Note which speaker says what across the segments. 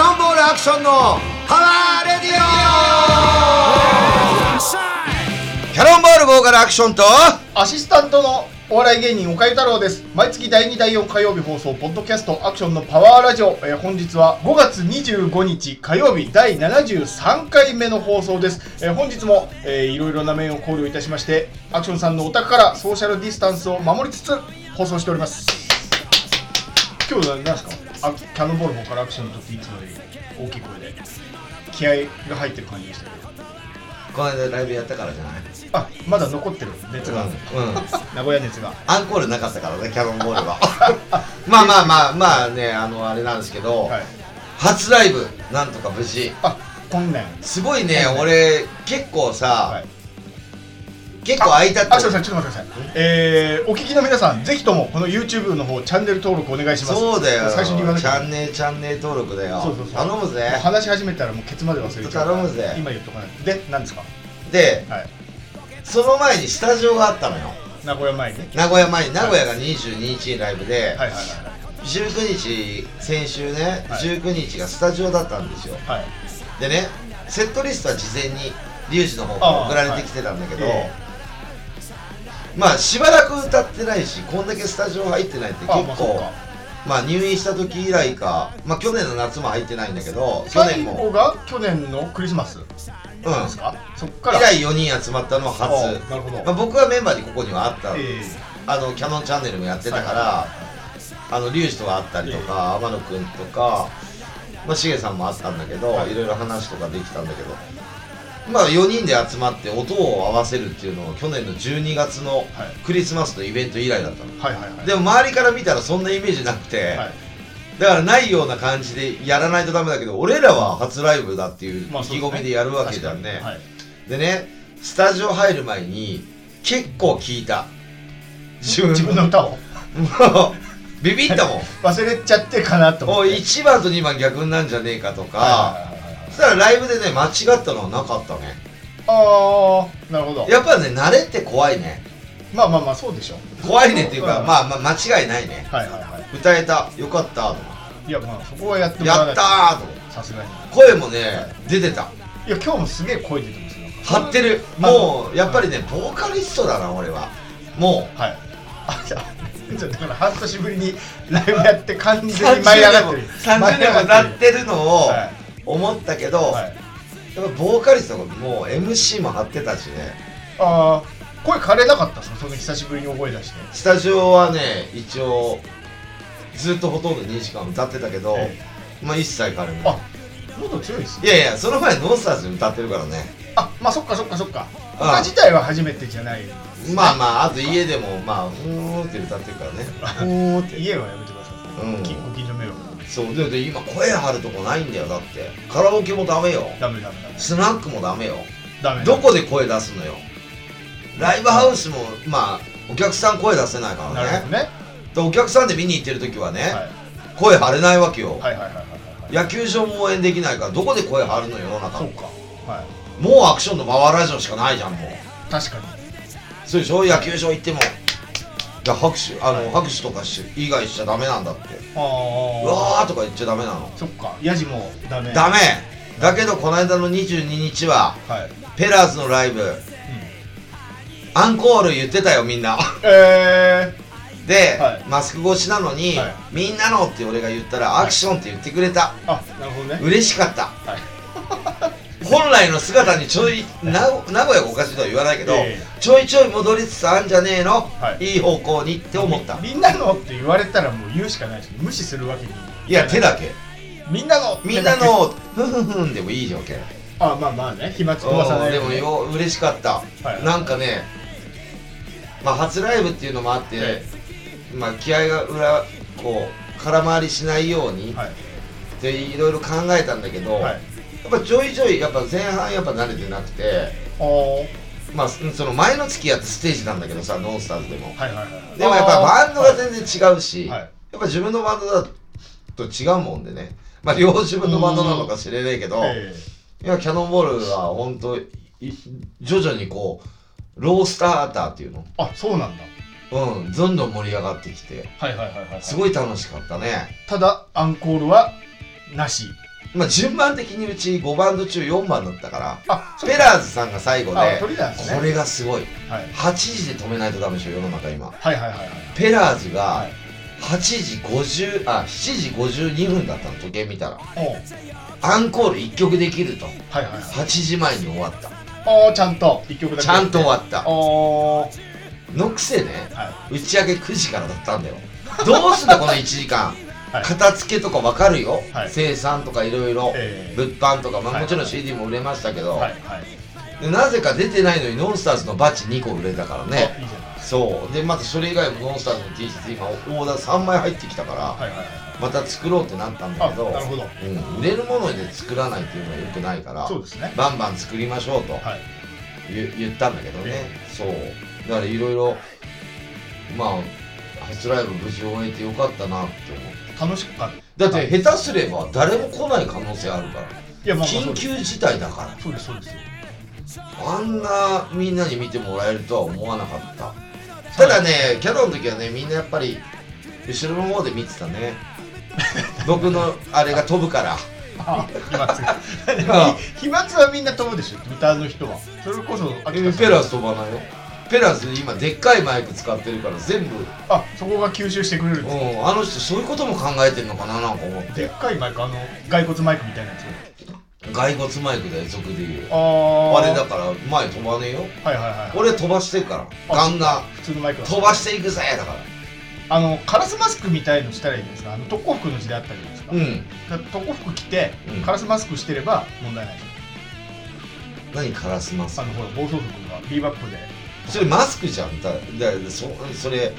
Speaker 1: ションのパワーレディオキャノンボールボーカルアクションと
Speaker 2: アシスタントのお笑い芸人岡井太郎です毎月第2第4火曜日放送ポッドキャストアクションのパワーラジオ、えー本日は5月25日火曜日第73回目の放送です、えー本日も、えーいろいろな面を考慮いたしましてアクションさんのお宅からソーシャルディスタンスを守りつつ放送しております今日は何ですかあキャノンボールの方からアクションとっていつもより大きい声で気合が入ってる感じでしたけど
Speaker 1: この間ライブやったからじゃない
Speaker 2: あまだ残ってる熱が、
Speaker 1: うん、うん、
Speaker 2: 名古屋熱が
Speaker 1: アンコールなかったからねキャノンボー ルはまあまあまあまあねあのあれなんですけど、
Speaker 2: はい
Speaker 1: 初ライブなんとか無事
Speaker 2: あ今年
Speaker 1: すごいね、
Speaker 2: はい
Speaker 1: 俺結構さ、
Speaker 2: はい
Speaker 1: 結構空いたって
Speaker 2: あ、すみません、ちょっと待ってください。えー、お聞きの皆さん、ぜひともこの YouTube の方チャンネル登録お願いします。
Speaker 1: そうだよ
Speaker 2: 最初に言わなき
Speaker 1: チ
Speaker 2: ゃ
Speaker 1: ャンネルチャンネル登録だよ
Speaker 2: そうそうそう
Speaker 1: 頼むぜ
Speaker 2: もう話し始めたらもうケツまで忘れちゃうから。
Speaker 1: 頼むぜ
Speaker 2: 今言っとかないと。で、何ですか。
Speaker 1: で
Speaker 2: はい。
Speaker 1: その前にスタジオがあったのよ
Speaker 2: 名古屋前に。はい
Speaker 1: 名古屋前に名古屋が22日にライブで、
Speaker 2: はいは
Speaker 1: 19日先週ね、
Speaker 2: はい
Speaker 1: 19日がスタジオだったんですよ
Speaker 2: いはい。はい。
Speaker 1: でねセットリストは事前にリュウジの方から送られてきてたんだけど、
Speaker 2: あはいえ
Speaker 1: まあしばらく歌ってないしこんだけスタジオ入ってないって結
Speaker 2: あまあそ
Speaker 1: 構
Speaker 2: うか
Speaker 1: まあ入院した時以来か、まあ、去年の夏も入ってないんだけど去
Speaker 2: 最
Speaker 1: 年も、
Speaker 2: 後が去年のクリスマスで
Speaker 1: うん、
Speaker 2: すか。そっから。
Speaker 1: 以来4人集まったのは初
Speaker 2: あなるほど
Speaker 1: まあ、僕はメンバーにここにはあった、
Speaker 2: えー
Speaker 1: あのキャノンチャンネルもやってたから、あのリュウジとはあったりとか、天野くんとか、まあ、シゲさんもあったんだけど、
Speaker 2: はい
Speaker 1: い、ろいろ話とかできたんだけど、まあ、4人で集まって音を合わせるっていうのを去年の12月のクリスマスのイベント以来だったの、
Speaker 2: はいはいはい。
Speaker 1: でも周りから見たらそんなイメージなくて、
Speaker 2: はい。
Speaker 1: だからないような感じでやらないとダメだけど俺らは初ライブだっていう意気
Speaker 2: まあそうです
Speaker 1: 込
Speaker 2: ね
Speaker 1: みでやるわけじゃんね、
Speaker 2: 確かにはい。
Speaker 1: でねスタジオ入る前に結構聞いた自分
Speaker 2: 自分 の歌を
Speaker 1: もうビビったもん
Speaker 2: 忘れちゃってか なと思っ
Speaker 1: お
Speaker 2: て。
Speaker 1: い1番と2番逆になんじゃねえかと
Speaker 2: は
Speaker 1: か
Speaker 2: いはいはいはい
Speaker 1: そしたらライブでね間違ったのはなかったね
Speaker 2: ああ、なるほど。
Speaker 1: やっぱね慣れって怖いね
Speaker 2: まあまあまあそうでしょ。
Speaker 1: 怖いねっていうか
Speaker 2: ん
Speaker 1: まあ、まあ、間違いないね
Speaker 2: はいはいは
Speaker 1: 歌えたよかったと
Speaker 2: い。いやまあそこはやってもらわ
Speaker 1: や
Speaker 2: な
Speaker 1: っ
Speaker 2: い
Speaker 1: た
Speaker 2: と。
Speaker 1: ーと
Speaker 2: さすがに。
Speaker 1: 声もね出てた
Speaker 2: いや今日もすげえ声出てますよ。
Speaker 1: 張ってる
Speaker 2: あの
Speaker 1: もうやっぱりねボーカリストだな俺はもう
Speaker 2: はい。あじゃあ じゃあだから半年ぶりにライブやって完全に舞い上がってる。
Speaker 1: 30年もなってるのを
Speaker 2: は
Speaker 1: 思ったけど、
Speaker 2: い。はい。
Speaker 1: やっぱボーカリストがもう MC も張ってたしね
Speaker 2: ああ声枯れなかったですかその久しぶりに覚え出して。
Speaker 1: スタジオはね一応ずっとほとんど2時間歌ってたけど、
Speaker 2: え
Speaker 1: まあ一切彼も
Speaker 2: あ喉強いです
Speaker 1: い
Speaker 2: ね。
Speaker 1: やいやその前ノースターズ歌ってるからね
Speaker 2: あまあそっかそっかそっか。
Speaker 1: あ
Speaker 2: 歌自体は初めてじゃない。
Speaker 1: まあまああと家でもまあうーんって歌ってるからねうーんって
Speaker 2: 家はやめてください。
Speaker 1: うん
Speaker 2: きご近所迷惑。
Speaker 1: そうでで今声張るとこないんだよだってカラオケもダメよ
Speaker 2: ダメダメダメ
Speaker 1: スナックもダメよ
Speaker 2: ダメ。
Speaker 1: どこで声出すのよライブハウスもまあお客さん声出せないか
Speaker 2: な
Speaker 1: ら
Speaker 2: る
Speaker 1: ね
Speaker 2: ほどね。
Speaker 1: でお客さんで見に行ってる時はね、
Speaker 2: はい
Speaker 1: 声張れないわけよ、
Speaker 2: はいはいはいはいはい。
Speaker 1: 野球場も応援できないからどこで声張るの世の中
Speaker 2: そう
Speaker 1: も
Speaker 2: か。は
Speaker 1: うアクションのパワーラジオしかないじゃんもう
Speaker 2: い。確かに。
Speaker 1: そうでしょ野球場行ってもいや拍手あの拍手とかし以外しちゃダメなんだって
Speaker 2: ああ。
Speaker 1: うわーとか言っちゃダメなの
Speaker 2: そっか。ヤジもダメ。
Speaker 1: ダメだけどこの間の22日は
Speaker 2: はい。
Speaker 1: ペラーズのライブアンコール言ってたよみんな
Speaker 2: え
Speaker 1: で、
Speaker 2: はい
Speaker 1: マスク越しなのに、
Speaker 2: はい
Speaker 1: みんなのって俺が言ったらアクションって言ってくれた、
Speaker 2: ー、あなるほどね。
Speaker 1: 嬉しかった
Speaker 2: はい。
Speaker 1: 本来の姿にちょいな名古屋がおかしいとは言わないけど、
Speaker 2: え
Speaker 1: ちょいちょい戻りつつあんじゃねえの、、
Speaker 2: はい
Speaker 1: い方向にって思った
Speaker 2: みみんなのって言われたらもう言うしかないし、無視するわけに。
Speaker 1: いや手。だけ
Speaker 2: みんなの。
Speaker 1: みんな。のふんふんふんでもいい条件
Speaker 2: あまあまあね。飛沫飛ばさない
Speaker 1: で
Speaker 2: よう
Speaker 1: も
Speaker 2: に。
Speaker 1: よ嬉しかった、
Speaker 2: はい
Speaker 1: なんかねまあ初ライブっていうのもあって、
Speaker 2: え
Speaker 1: まあ気合が裏こう空回りしないように
Speaker 2: はい。
Speaker 1: っていろいろ考えたんだけど、
Speaker 2: はい
Speaker 1: や。っぱちょいちょいやっぱ前半やっぱ慣れてなくて
Speaker 2: あー
Speaker 1: まあその前の月やったステージなんだけどさノンスターズでも
Speaker 2: はいはいはい。
Speaker 1: でもやっぱバンドが
Speaker 2: あー
Speaker 1: 全然違うし、
Speaker 2: はい
Speaker 1: やっぱ自分のバンドだと違うもんでね。まあ両自分のバンドなのか知れないけど、
Speaker 2: はいえ
Speaker 1: いや、キャノンボールは本当い徐々にこう、ロースターターっていうの
Speaker 2: ーあそうなんだ。
Speaker 1: うん、どんどん盛り上がってきて、
Speaker 2: はいはいはいはい。
Speaker 1: すごい楽しかったね。
Speaker 2: ただアンコールはなし。
Speaker 1: まあ、順番的にうち5バンド中4番だったから
Speaker 2: あ
Speaker 1: ペラーズさんが最後
Speaker 2: あ
Speaker 1: で
Speaker 2: 鳥なんですね
Speaker 1: これがすごい
Speaker 2: はい
Speaker 1: 8時で止めないとダメでしょ世の中今
Speaker 2: はいはいはいはい
Speaker 1: ペラーズ
Speaker 2: は
Speaker 1: が
Speaker 2: い
Speaker 1: 8時50あ7時52分だったの時計見たら
Speaker 2: おう
Speaker 1: アンコール1曲できると
Speaker 2: はいはいはい
Speaker 1: 8時前に終わった
Speaker 2: おーちゃんと一曲だけ
Speaker 1: ちゃんと終わった
Speaker 2: おー
Speaker 1: のくせね
Speaker 2: はい
Speaker 1: 打ち上げ9時からだったんだよどうすんだこの1時間
Speaker 2: はい
Speaker 1: 片付けとか分かるよ、
Speaker 2: はい
Speaker 1: 生産とかいろいろ
Speaker 2: えー
Speaker 1: 物販とか、ま
Speaker 2: は
Speaker 1: あ、
Speaker 2: い
Speaker 1: もちろん CD も売れましたけど、
Speaker 2: はいはい
Speaker 1: でなぜか出てないのにノンスターズのバッジ2個売れたから
Speaker 2: あ
Speaker 1: ね
Speaker 2: いいじゃない
Speaker 1: そうでまたそれ以外もノンスターズの T シャツ今オーダー3枚入ってきたから、
Speaker 2: はいはいはい
Speaker 1: また作ろうってなったんだ
Speaker 2: あ
Speaker 1: けど
Speaker 2: なるほど
Speaker 1: うん、売れるもので作らないっていうのは良くないから
Speaker 2: そうですね
Speaker 1: バンバン作りましょうと
Speaker 2: はい
Speaker 1: 言,、言ったんだけどね、そうだからいろいろまあ初ライブ無事終えてよかったなって思う
Speaker 2: 楽しかったい
Speaker 1: だって下手すれば誰も来ない可能性あるから
Speaker 2: やまあまあそ
Speaker 1: 緊
Speaker 2: うです
Speaker 1: 急事態だから
Speaker 2: そうですそうです
Speaker 1: あんなみんなに見てもらえるとは思わなかったただねキャノンの時はねみんなやっぱり後ろの方で見てた ね僕のあれが飛ぶから
Speaker 2: あ飛沫が
Speaker 1: あ
Speaker 2: 飛沫はみんな飛ぶでしょ歌の人はそれこそ
Speaker 1: え
Speaker 2: 秋田さん
Speaker 1: ペラス飛ばないよペラス今でっかいマイク使ってるから全部、うん、
Speaker 2: あそこが吸収してくれるんです
Speaker 1: あの人そういうことも考えてるのかななんか思っ
Speaker 2: でってかいマイクあの骸骨マイクみたいなやつ
Speaker 1: 骸骨マイクだよ俗で言う
Speaker 2: あ
Speaker 1: あ
Speaker 2: あ
Speaker 1: れだから前飛ばねえよ
Speaker 2: はいはいはい
Speaker 1: 俺飛ばしてるからガンガン
Speaker 2: 普通のマイクだ
Speaker 1: 飛ばしていくぜだから
Speaker 2: あのカラスマスクみたいのしたらいいんですかあの特攻服の時代あったじゃないですか,、
Speaker 1: うん
Speaker 2: 特攻服着て、
Speaker 1: うん
Speaker 2: カラスマスクしてれば問題ない
Speaker 1: 何カラスマス
Speaker 2: あのほら暴走族がビーバップで
Speaker 1: それマスクじゃんだだそそれ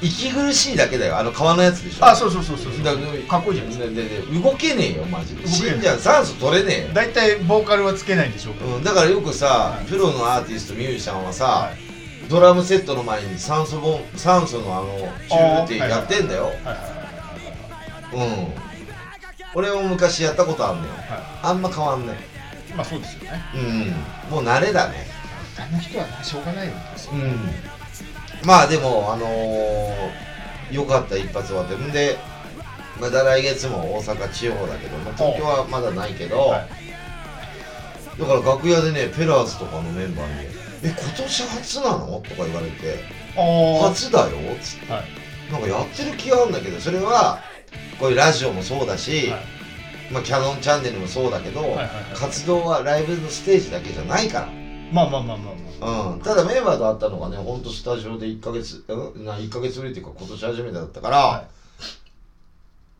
Speaker 1: 息苦しいだけだよあの革のやつでしょ
Speaker 2: あそうそうそうそうそう
Speaker 1: だ
Speaker 2: かっこいいじゃないで
Speaker 1: でで
Speaker 2: す
Speaker 1: で動けねえよマジで
Speaker 2: 動けない
Speaker 1: 死んじゃう酸素取れねえよ
Speaker 2: か大体ボーカルはつけないんでしょうけど、
Speaker 1: うん、だからよくさ、
Speaker 2: はい
Speaker 1: プロのアーティストミュージシャンはさ、
Speaker 2: はい
Speaker 1: ドラムセットの前に酸素ボン酸素のあのチューブって
Speaker 2: あーはい
Speaker 1: やってんだよ、
Speaker 2: はいはいは
Speaker 1: うん俺も昔やったことあんのよ
Speaker 2: いは
Speaker 1: あんま変わんない
Speaker 2: いまあそうですよね
Speaker 1: うんもう慣れだね
Speaker 2: あの人はなしょうがないよね
Speaker 1: うんまあでもあのー、よかった一発はでんでまだ来月も大阪地方だけど、まあ、東京はまだないけど、
Speaker 2: はい
Speaker 1: だから楽屋でねペラーズとかのメンバーに「え今年初なの?」とか言われて「
Speaker 2: あ
Speaker 1: 初だよ」っつって
Speaker 2: あはい
Speaker 1: なんかやってる気があるんだけどそれはこういうラジオもそうだし、
Speaker 2: はい
Speaker 1: まあ、キャノンチャンネルもそうだけど、
Speaker 2: いはいはい
Speaker 1: 活動はライブのステージだけじゃないから。
Speaker 2: まあまあまあまあま
Speaker 1: うん、ただメンバーと会ったのがね、ほんとスタジオで1ヶ月、うん、な1ヶ月ぶりっていうか今年初めてだったから、
Speaker 2: はい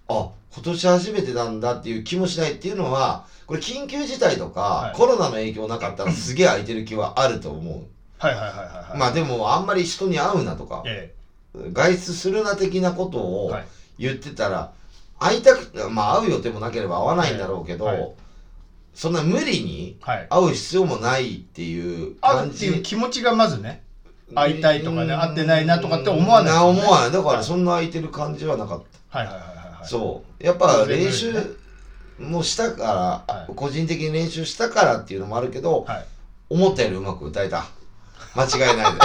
Speaker 1: あ、今年初めてなんだっていう気もしないっていうのは、これ緊急事態とか、
Speaker 2: はい
Speaker 1: コロナの影響なかったらすげえ空いてる気はあると思う。
Speaker 2: あはいはいはいはいはい
Speaker 1: まあでもあんまり人に会うなとか、
Speaker 2: え
Speaker 1: 外出するな的なこと
Speaker 2: え
Speaker 1: を
Speaker 2: はい
Speaker 1: 言ってたら、会いたく、まあ会う予定もなければ会わないんだろうけど、
Speaker 2: はいはい
Speaker 1: そんな無理に
Speaker 2: はい
Speaker 1: 会う必要もないっていう
Speaker 2: ある
Speaker 1: 感
Speaker 2: っ
Speaker 1: じ。
Speaker 2: ていう気持ちがまずね会いたいとかね
Speaker 1: うん
Speaker 2: 会ってないなとかって思わないですよね
Speaker 1: 思わないだか
Speaker 2: は
Speaker 1: ら
Speaker 2: い
Speaker 1: そんな空いてる感じはなかっ
Speaker 2: はいはいはいはい
Speaker 1: た、
Speaker 2: はい
Speaker 1: そうやっぱ
Speaker 2: 全然
Speaker 1: 練習
Speaker 2: ね
Speaker 1: もしたから、
Speaker 2: はい
Speaker 1: 個人的に練習したからっていうのもあるけど、
Speaker 2: はい
Speaker 1: 思ったよりうまく歌えた間違いないで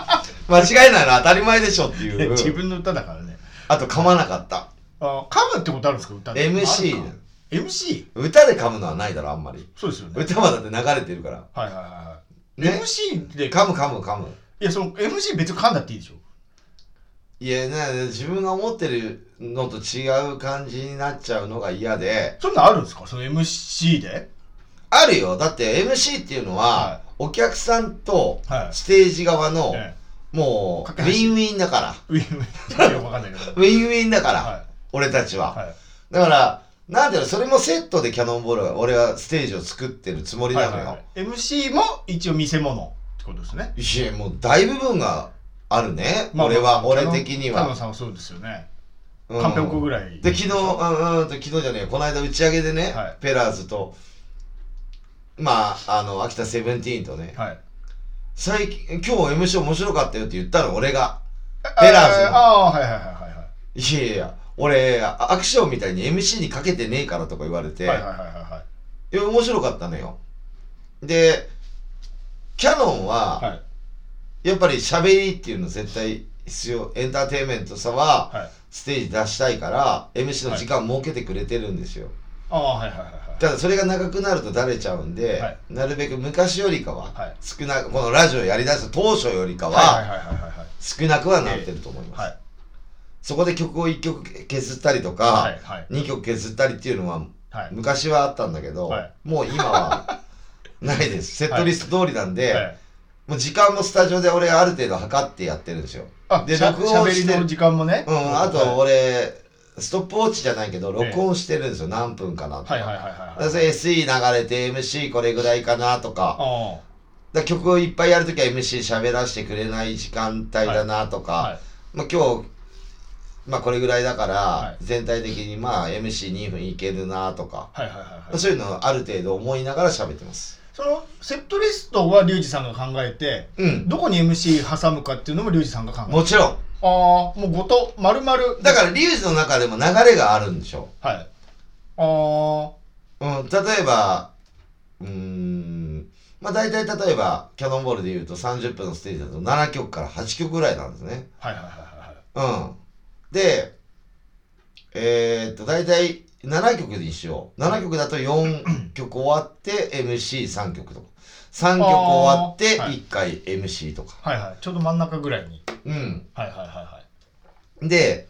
Speaker 1: 間違いないな当たり前でしょってい
Speaker 2: 自
Speaker 1: う
Speaker 2: 分の歌だからね
Speaker 1: あと噛まなかった
Speaker 2: あ噛むってことあるんですか歌で
Speaker 1: MC
Speaker 2: あるか MC?
Speaker 1: 歌で噛むのはないだろあんまり
Speaker 2: そうですよね
Speaker 1: 歌はだって流れてるから
Speaker 2: はいはいはいはい
Speaker 1: ね
Speaker 2: MC で
Speaker 1: 噛む噛む噛む
Speaker 2: いやその MC 別に噛んだっていいでしょ
Speaker 1: いやね自分が思ってるのと違う感じになっちゃうのが嫌で
Speaker 2: そんなんあるんですかその MC で
Speaker 1: あるよ。だって MC っていうのは、
Speaker 2: は
Speaker 1: お客さんと
Speaker 2: はい
Speaker 1: ステージ側の、
Speaker 2: ええ
Speaker 1: もう、ウ
Speaker 2: 架け
Speaker 1: ィン
Speaker 2: 橋
Speaker 1: ウィンだから。
Speaker 2: ウィンウィンよくわかんないけど
Speaker 1: ウィンウィンだから、
Speaker 2: は
Speaker 1: 俺たち
Speaker 2: い
Speaker 1: は。
Speaker 2: はい
Speaker 1: だから、なんていうの、それもセットでキャノンボールは、俺はステージを作ってるつもり
Speaker 2: は
Speaker 1: ないのよ。い
Speaker 2: はい、MC も一応見せ物ってことですね、
Speaker 1: や、もう大部分があるね。俺は、俺的に
Speaker 2: カノン
Speaker 1: は。
Speaker 2: さんはそうですよね
Speaker 1: うん
Speaker 2: カンペオコぐらい
Speaker 1: で、昨日、うんうんと、昨日じゃねえよこの間打ち上げでね、
Speaker 2: はい
Speaker 1: ペラーズと、まあ、あの、秋田セブンティーンとね、
Speaker 2: はい
Speaker 1: 最近、今日 MC 面白かったよって言ったの俺が。ペラーズの
Speaker 2: ああーはいはいはいはいはい
Speaker 1: いやいや、俺、あアクションみたいに MC にかけてねえからとか言われて、
Speaker 2: はいはいはいはいはい
Speaker 1: いや面白かったのよ。で、キャノン
Speaker 2: は
Speaker 1: は、
Speaker 2: い
Speaker 1: やっぱり喋りっていうの絶対必要、エンターテインメントさは、
Speaker 2: はい
Speaker 1: ステージ出したいから、MC の時間設けてくれてるんですよ。
Speaker 2: ああはいはいはい
Speaker 1: ただそれが長くなるとだれちゃうんで、
Speaker 2: はい
Speaker 1: なるべく昔よりかは
Speaker 2: はい
Speaker 1: 少なく、このラジオやりだした当初よりか
Speaker 2: はい
Speaker 1: は
Speaker 2: はいはいはいはいはい
Speaker 1: 少なくはなってると思います、
Speaker 2: はい
Speaker 1: そこで曲を1曲削ったりとか、
Speaker 2: はいはい
Speaker 1: 2曲削ったりっていうのは
Speaker 2: はい
Speaker 1: 昔はあったんだけど、
Speaker 2: はい
Speaker 1: もう今 はないですセットリスト通りなんで、
Speaker 2: はい
Speaker 1: もう時間もスタジオで俺ある程度測ってやってるんですよ
Speaker 2: あ
Speaker 1: で
Speaker 2: しゃ
Speaker 1: 録音して
Speaker 2: しゃべりの時間もね
Speaker 1: うん、あと
Speaker 2: は
Speaker 1: 俺、ストップウォッチじゃないけど録音してるんですよ、何分かなとか
Speaker 2: いはいはいはいは
Speaker 1: だ
Speaker 2: い
Speaker 1: から SE 流れて MC これぐらいかなとか
Speaker 2: あ
Speaker 1: だから曲をいっぱいやるときは MC 喋らせてくれない時間帯だなとか、
Speaker 2: あはい
Speaker 1: まあ、今日、まあ、これぐらいだから、
Speaker 2: はい
Speaker 1: 全体的にまあ MC2 分いけるなとか、
Speaker 2: はいはいはいはい
Speaker 1: そういうのをある程度思いながら喋ってます
Speaker 2: そのセットリストはリュウジさんが考えて
Speaker 1: うん
Speaker 2: どこに MC 挟むかっていうのもリュウジさんが考えて
Speaker 1: もちろん
Speaker 2: ああもうごと丸々
Speaker 1: だからリュウジの中でも流れがあるんでしょ、
Speaker 2: はいああ
Speaker 1: うん、例えばうーんまあ大体例えばキャノンボールで言うと30分のステージだと7曲から8曲ぐらいなんですね
Speaker 2: はいはいはいはいはい
Speaker 1: うん。で、えー、っと、大体7曲にしよう。7曲だと4曲終わって MC3 曲とか。3曲終わって
Speaker 2: あーはい
Speaker 1: 1回 MC とか。
Speaker 2: はいはいちょうど真ん中ぐらいに
Speaker 1: うん。
Speaker 2: はいはいはいはい
Speaker 1: で、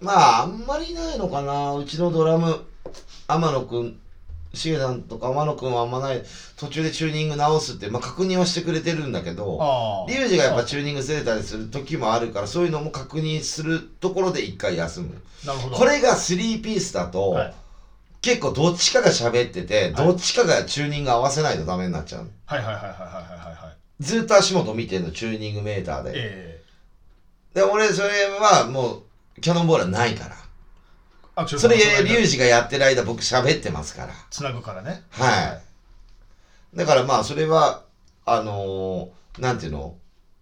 Speaker 1: まあ、あんまりないのかな。うちのドラム、天野くん、しげさんとか天野くんはあんまない。途中でチューニング直すって、まあ確認はしてくれてるんだけど、
Speaker 2: ああ
Speaker 1: リュウジがやっぱチューニングずれたりする時もあるからそういうのも確認するところで一回休む
Speaker 2: なるほど
Speaker 1: これが3ピースだと、
Speaker 2: はい
Speaker 1: 結構どっちかが喋ってて、
Speaker 2: い
Speaker 1: どっちかがチューニング合わせないとダメになっちゃう
Speaker 2: はいはいはいはいはいはいはい
Speaker 1: ずっと足元見てんのチューニングメーターで、
Speaker 2: え
Speaker 1: で俺それはもうキャノンボールはないから
Speaker 2: えアクション
Speaker 1: それ
Speaker 2: さんの
Speaker 1: リュウジがやってる間僕喋ってますから
Speaker 2: つなぐからね
Speaker 1: はいだからまあそれはあのーなんていうの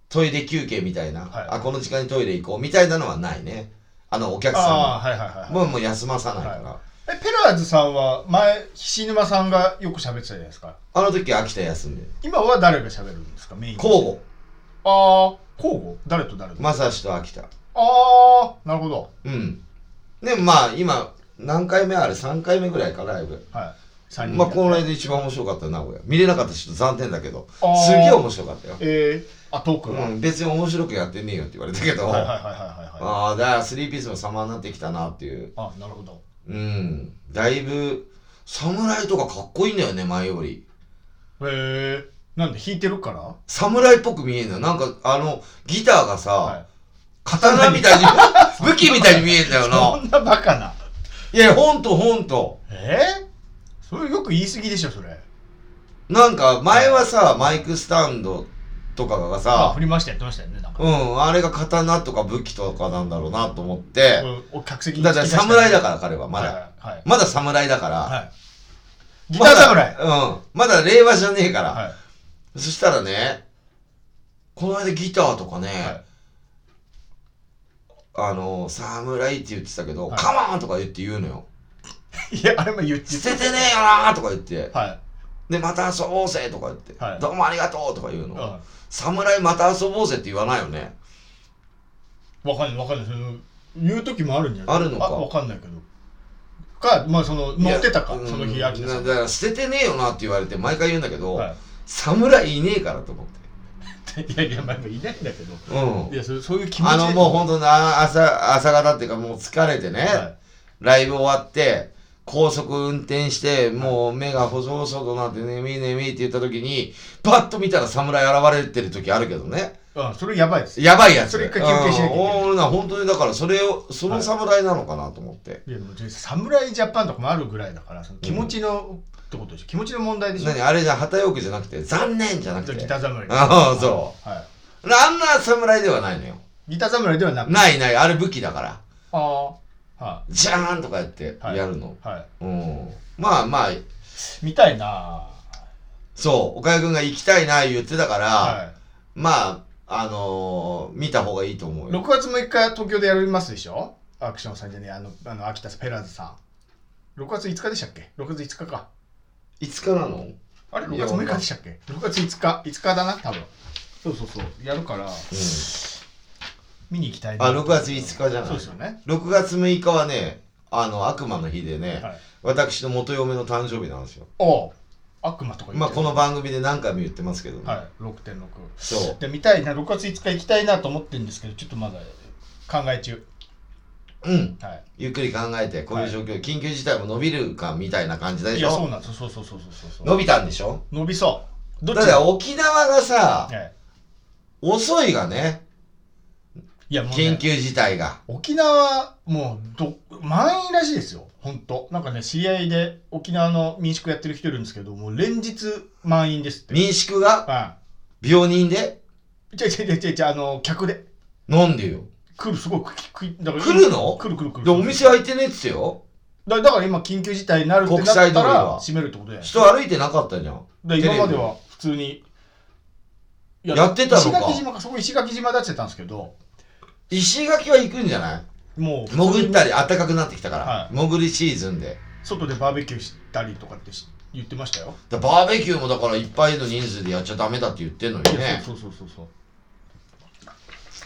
Speaker 1: トイレ休憩みたいな、
Speaker 2: はい
Speaker 1: あこの時間にトイレ行こうみたいなのはないねあのお客
Speaker 2: あ
Speaker 1: さ
Speaker 2: あはいはいはい
Speaker 1: ん
Speaker 2: はい
Speaker 1: ももう休まさないから、
Speaker 2: えペラーズさんは前菱沼さんがよく喋ってたじゃないですか
Speaker 1: あの時は秋田休んで
Speaker 2: 今は誰が喋るんですかメイン
Speaker 1: 交互
Speaker 2: ああ交互誰と誰と、
Speaker 1: まさしと秋田
Speaker 2: ああなるほど
Speaker 1: うん。でもまあ今、何回目あれ ?3 回目ぐらいか、ライブ。
Speaker 2: はい三人
Speaker 1: まあこの間一番面白かったよ名古屋。見れなかったし、ちょっと残念だけど、
Speaker 2: あー
Speaker 1: すげえ面白かったよ。
Speaker 2: ええあトーク
Speaker 1: うん、別に面白くやってねえよって言われたけど、
Speaker 2: はいはい
Speaker 1: あ
Speaker 2: はいはいはい
Speaker 1: あー、だから3ピースも様になってきたなっていう。
Speaker 2: あなるほど
Speaker 1: うん。だいぶ、侍とかかっこいいんだよね、前より。
Speaker 2: へえなんで弾いてるから
Speaker 1: 侍っぽく見えるのよ。なんか、あの、ギターがさ、
Speaker 2: はい
Speaker 1: 刀みたいに、武器みたいに見えるんだよ
Speaker 2: そ
Speaker 1: な。
Speaker 2: んなバカない
Speaker 1: や、ほんとほんと。
Speaker 2: ええそれよく言い過ぎでしょそれ
Speaker 1: なんか前はさマイクスタンドとかが
Speaker 2: あ
Speaker 1: さ
Speaker 2: 振りましたやってましたよねなんか、
Speaker 1: うんあれが刀とか武器とかなんだろうなと思って
Speaker 2: お客席
Speaker 1: だから侍だ
Speaker 2: か
Speaker 1: から彼はまだ、
Speaker 2: はいはい
Speaker 1: まだ侍だから、
Speaker 2: はいギタ
Speaker 1: ま
Speaker 2: ー
Speaker 1: だ
Speaker 2: 侍
Speaker 1: うんまだ令和じゃねえから、
Speaker 2: はい
Speaker 1: そしたらねこの間ギターとかね、
Speaker 2: はい
Speaker 1: あの侍って言ってたけど、
Speaker 2: はい
Speaker 1: カモンとか言って言うのよ
Speaker 2: いや、あれも言って
Speaker 1: 捨ててねえよなーとか言って、
Speaker 2: は
Speaker 1: でまた遊ぼうぜとか言って、
Speaker 2: はい
Speaker 1: どうもありがとうとか言う
Speaker 2: い。
Speaker 1: の、
Speaker 2: うん。わ
Speaker 1: 侍また遊ぼうぜって言わないよね
Speaker 2: かんない、わかんない。その、言う時もあるんじゃない
Speaker 1: あるのか
Speaker 2: わかんないけど。か、まあ、その、乗ってたか、
Speaker 1: いや
Speaker 2: その
Speaker 1: うん
Speaker 2: 日、アキラさん
Speaker 1: だから捨ててねえよなって言われて毎回言うんだけど、
Speaker 2: は
Speaker 1: 侍いねえからと思って
Speaker 2: い。 いやいや、まあ、いないんだけど。
Speaker 1: うん
Speaker 2: いや、そうそういう気持ち
Speaker 1: あのもう
Speaker 2: う、
Speaker 1: 本当な朝朝方っていうかもう疲れてね、
Speaker 2: はい
Speaker 1: ライブ終わって高速運転してもう目が細々となって眠い眠いって言った時にパッと見たら侍現れてる時あるけどね
Speaker 2: うん、それやばいです。い
Speaker 1: やばいやつ
Speaker 2: それ一回休憩しなきゃいけない
Speaker 1: うん俺な本当にだからそれをその侍なのかなと思って、
Speaker 2: や、でも、侍ジャパンとかもあるぐらいだから、その気持ちの、ってことでしょ。気持ちの問題でしょ。
Speaker 1: 何あれじゃん旗よくじゃなくて残念じゃなくて
Speaker 2: ギター侍。
Speaker 1: ああそ
Speaker 2: は
Speaker 1: うあんな侍ではないのよ
Speaker 2: い。ギター侍ではなく、
Speaker 1: ないないあれ武器だから
Speaker 2: ああ、は
Speaker 1: じゃーんとかやって
Speaker 2: はい
Speaker 1: やるの、
Speaker 2: い。は
Speaker 1: うんまあまあ
Speaker 2: い。みたいな
Speaker 1: そう岡谷君が行きたいな言ってたから、
Speaker 2: は
Speaker 1: まああのー見た方がいいと思
Speaker 2: い。
Speaker 1: うよ
Speaker 2: 6月6日、東京でやりますでしょアクションさんじゃねえ、あの、あの秋田ペラーズさん。6月5日でしたっけ ?6 月5日か。
Speaker 1: いつからの
Speaker 2: あれ
Speaker 1: い
Speaker 2: ?6
Speaker 1: や
Speaker 2: 月6日でしたっけ ?6 月5日、5日だな、多分。そうそうそう。やるから、見に行きたいな
Speaker 1: あ6月5日じゃない
Speaker 2: そうですよね。
Speaker 1: 6月6日はねあの悪魔の日でね、
Speaker 2: はい
Speaker 1: 私の元嫁の誕生日なんですよ
Speaker 2: おう悪魔とか言ってる
Speaker 1: まあこの番組で何回も言ってますけど、ね
Speaker 2: はい6.6
Speaker 1: そう
Speaker 2: で見たいな6月5日行きたいなと思ってるんですけどちょっとまだ考え中
Speaker 1: うん
Speaker 2: はい
Speaker 1: ゆっくり考えてこういう状況、緊急事態も伸びるかみたいな感じで
Speaker 2: い
Speaker 1: し
Speaker 2: やそう
Speaker 1: ょ
Speaker 2: なんですそうそうそうそうそう
Speaker 1: 伸びたんでしょ
Speaker 2: 伸びそうど
Speaker 1: だ
Speaker 2: っち
Speaker 1: から沖縄がさ、
Speaker 2: え
Speaker 1: 遅いがね
Speaker 2: えいやもう、
Speaker 1: 緊
Speaker 2: ね、
Speaker 1: 急事態が、
Speaker 2: 沖縄もうど満員らしいですよ本当なんかね知り合いで沖縄の民宿やってる人いるんですけどもう連日満員ですって
Speaker 1: 民宿が
Speaker 2: は
Speaker 1: 病人で
Speaker 2: い違う違う違う違うあの客で
Speaker 1: なんでよ
Speaker 2: 来るすごいくきくいだから
Speaker 1: 来るの
Speaker 2: 来る来る来る
Speaker 1: でお店開いてねっつってよ
Speaker 2: だだから今緊急事態になるってなった
Speaker 1: 国際通り
Speaker 2: ら
Speaker 1: は
Speaker 2: 閉めるってことじゃないですか
Speaker 1: 人歩いてなかったじゃん
Speaker 2: で
Speaker 1: テレ
Speaker 2: 今
Speaker 1: ビ
Speaker 2: までは普通にい
Speaker 1: やってたのか
Speaker 2: 石垣島かそこ石垣島だってたんですけど
Speaker 1: 石垣は行くんじゃない
Speaker 2: もう
Speaker 1: 潜ったり暖かくなってきたから、
Speaker 2: はい
Speaker 1: 潜りシーズンで
Speaker 2: 外でバーベキューしたりとかってし言ってましたよ、
Speaker 1: だバーベキューもだからいっぱいの人数でやっちゃダメだって言ってんのよ
Speaker 2: いや
Speaker 1: ね
Speaker 2: そうそうそうそうそ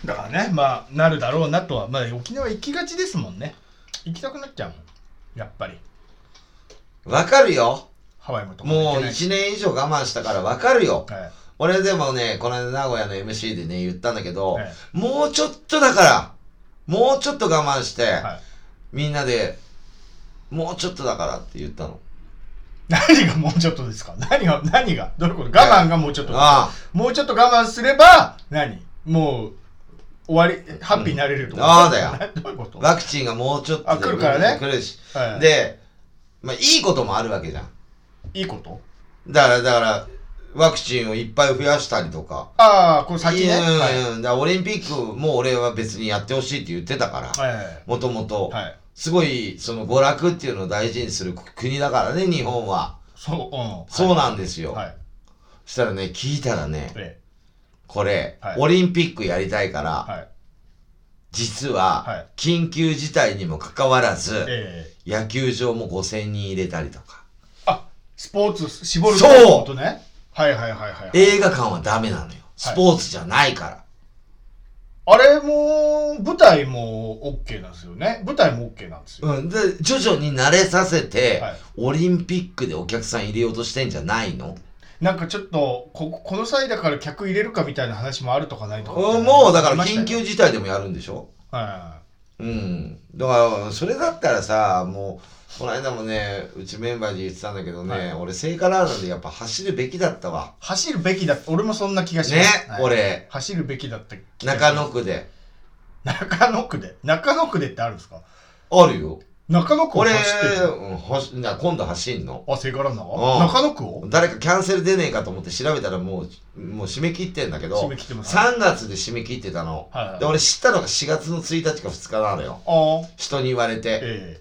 Speaker 2: うだからねまあなるだろうなとはまあ沖縄行きがちですもんね行きたくなっちゃうもんやっぱり
Speaker 1: わかるよ
Speaker 2: ハワイもとか行
Speaker 1: も
Speaker 2: け
Speaker 1: う
Speaker 2: ないし
Speaker 1: 1年以上我慢したからわかるよ
Speaker 2: はい
Speaker 1: 俺でもねこの間名古屋の MC でね言ったんだけど、
Speaker 2: え
Speaker 1: もうちょっとだからもうちょっと我慢して、
Speaker 2: はい
Speaker 1: みんなでもうちょっとだからって言ったの
Speaker 2: 何がもうちょっとですか何が何がどういうこと我慢がもうちょっと
Speaker 1: あ
Speaker 2: もうちょっと我慢すれば何もう終わりハッピーになれると
Speaker 1: うんああだよ
Speaker 2: どういうこと
Speaker 1: あワクチンがもうちょっとで
Speaker 2: あ来るからね
Speaker 1: 来るし、
Speaker 2: はい
Speaker 1: で、まあ、いいこともあるわけじゃん
Speaker 2: いいこと
Speaker 1: だからだからワクチンをいっぱい増やしたりとか
Speaker 2: ああ、これ先
Speaker 1: い
Speaker 2: ね。
Speaker 1: やうん
Speaker 2: はい。
Speaker 1: だからオリンピックも俺は別にやってほしいって言ってたから
Speaker 2: はいはい
Speaker 1: もともと
Speaker 2: はい。はい。
Speaker 1: すごいその娯楽っていうのを大事にする国だからね日本は
Speaker 2: そう、うん。
Speaker 1: そうなんですよ、
Speaker 2: はい。
Speaker 1: そしたらね聞いたらね
Speaker 2: え
Speaker 1: これ、
Speaker 2: はい
Speaker 1: オリンピックやりたいから、
Speaker 2: えはい。
Speaker 1: 実
Speaker 2: はい
Speaker 1: は緊急事態にもかかわらず、
Speaker 2: ええ
Speaker 1: 野球場も5000人入れたりとか
Speaker 2: あ、スポーツ絞る
Speaker 1: そう
Speaker 2: ってことね。はいはいはいはい。
Speaker 1: 映画館はダメなのよスポーツじゃないから、
Speaker 2: あれも、舞台も OK なんですよね。舞台も OK なんですよ。
Speaker 1: うん、で徐々に慣れさせて、
Speaker 2: はい
Speaker 1: オリンピックでお客さん入れようとしてんじゃないの
Speaker 2: なんかちょっと、ここの際だから客入れるかみたいな話もあるとかないとか。
Speaker 1: うんもうだから緊
Speaker 2: はい
Speaker 1: 急事態でもやるんでしょ
Speaker 2: は
Speaker 1: うんだからそれだったらさもうこの間もねうちメンバーで言ってたんだけどね、
Speaker 2: はい
Speaker 1: 俺聖火ラーナでやっぱ走るべきだったわ
Speaker 2: い。走るべきだ俺もそんな気がしま
Speaker 1: ね
Speaker 2: す。はい。
Speaker 1: 俺
Speaker 2: 走るべきだって。
Speaker 1: 中野。区で
Speaker 2: 中野区で。中野区でってあるんですか
Speaker 1: あるよ
Speaker 2: 中野区を
Speaker 1: これ、
Speaker 2: 走ってる。
Speaker 1: うんほしな今度走んの
Speaker 2: あ、聖火ランナー
Speaker 1: う
Speaker 2: は
Speaker 1: ん
Speaker 2: 中野区を
Speaker 1: 誰かキャンセル出ねえかと思って調べたらもうもう締め切ってんだけ
Speaker 2: 締
Speaker 1: ど
Speaker 2: め切ってます。
Speaker 1: 3月で締め切ってたの、
Speaker 2: はいはい
Speaker 1: で俺知ったのが4月の1日か2日なのよ
Speaker 2: あー
Speaker 1: 人に言われて
Speaker 2: え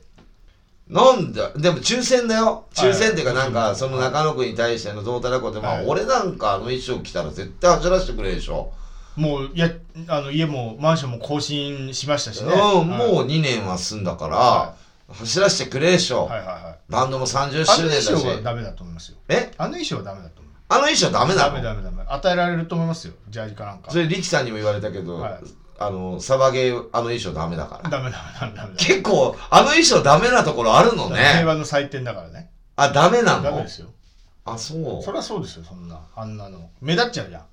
Speaker 1: なんだでも抽選だよ抽選っていうか
Speaker 2: はいは
Speaker 1: ないんかその中野区に対してのどうたらこうって、ま
Speaker 2: は
Speaker 1: あ
Speaker 2: い
Speaker 1: 俺なんかあの衣装着たら絶対走らせてくれるでしょ、
Speaker 2: えもうやあの家もマンションも更新しましたしね。
Speaker 1: うん
Speaker 2: は
Speaker 1: もう2年は済んだから、
Speaker 2: は
Speaker 1: 走らせてくれるでしょ、
Speaker 2: い、はいはいはい。
Speaker 1: バンドも30
Speaker 2: あ
Speaker 1: 周
Speaker 2: の
Speaker 1: 年だ
Speaker 2: 衣
Speaker 1: し
Speaker 2: 装はダメだと思いますよ。
Speaker 1: え
Speaker 2: あの衣装はダメだと思う。
Speaker 1: あの衣装ダメな
Speaker 2: ダ
Speaker 1: の
Speaker 2: メダメダメ。与えられると思いますよ。ジャージかなんか。
Speaker 1: それ力さんにも言われたけど、
Speaker 2: はい
Speaker 1: あのサバゲーあの衣装ダメだから
Speaker 2: ダメダメダメダメ。
Speaker 1: 結構あの衣装ダメなところあるの
Speaker 2: 平
Speaker 1: ね
Speaker 2: 和の祭典だからね。
Speaker 1: あダメな
Speaker 2: ダメ
Speaker 1: の
Speaker 2: ですよ。
Speaker 1: あそ
Speaker 2: そりゃそうですよ、そんな。あんなの。目立っちゃうじゃん。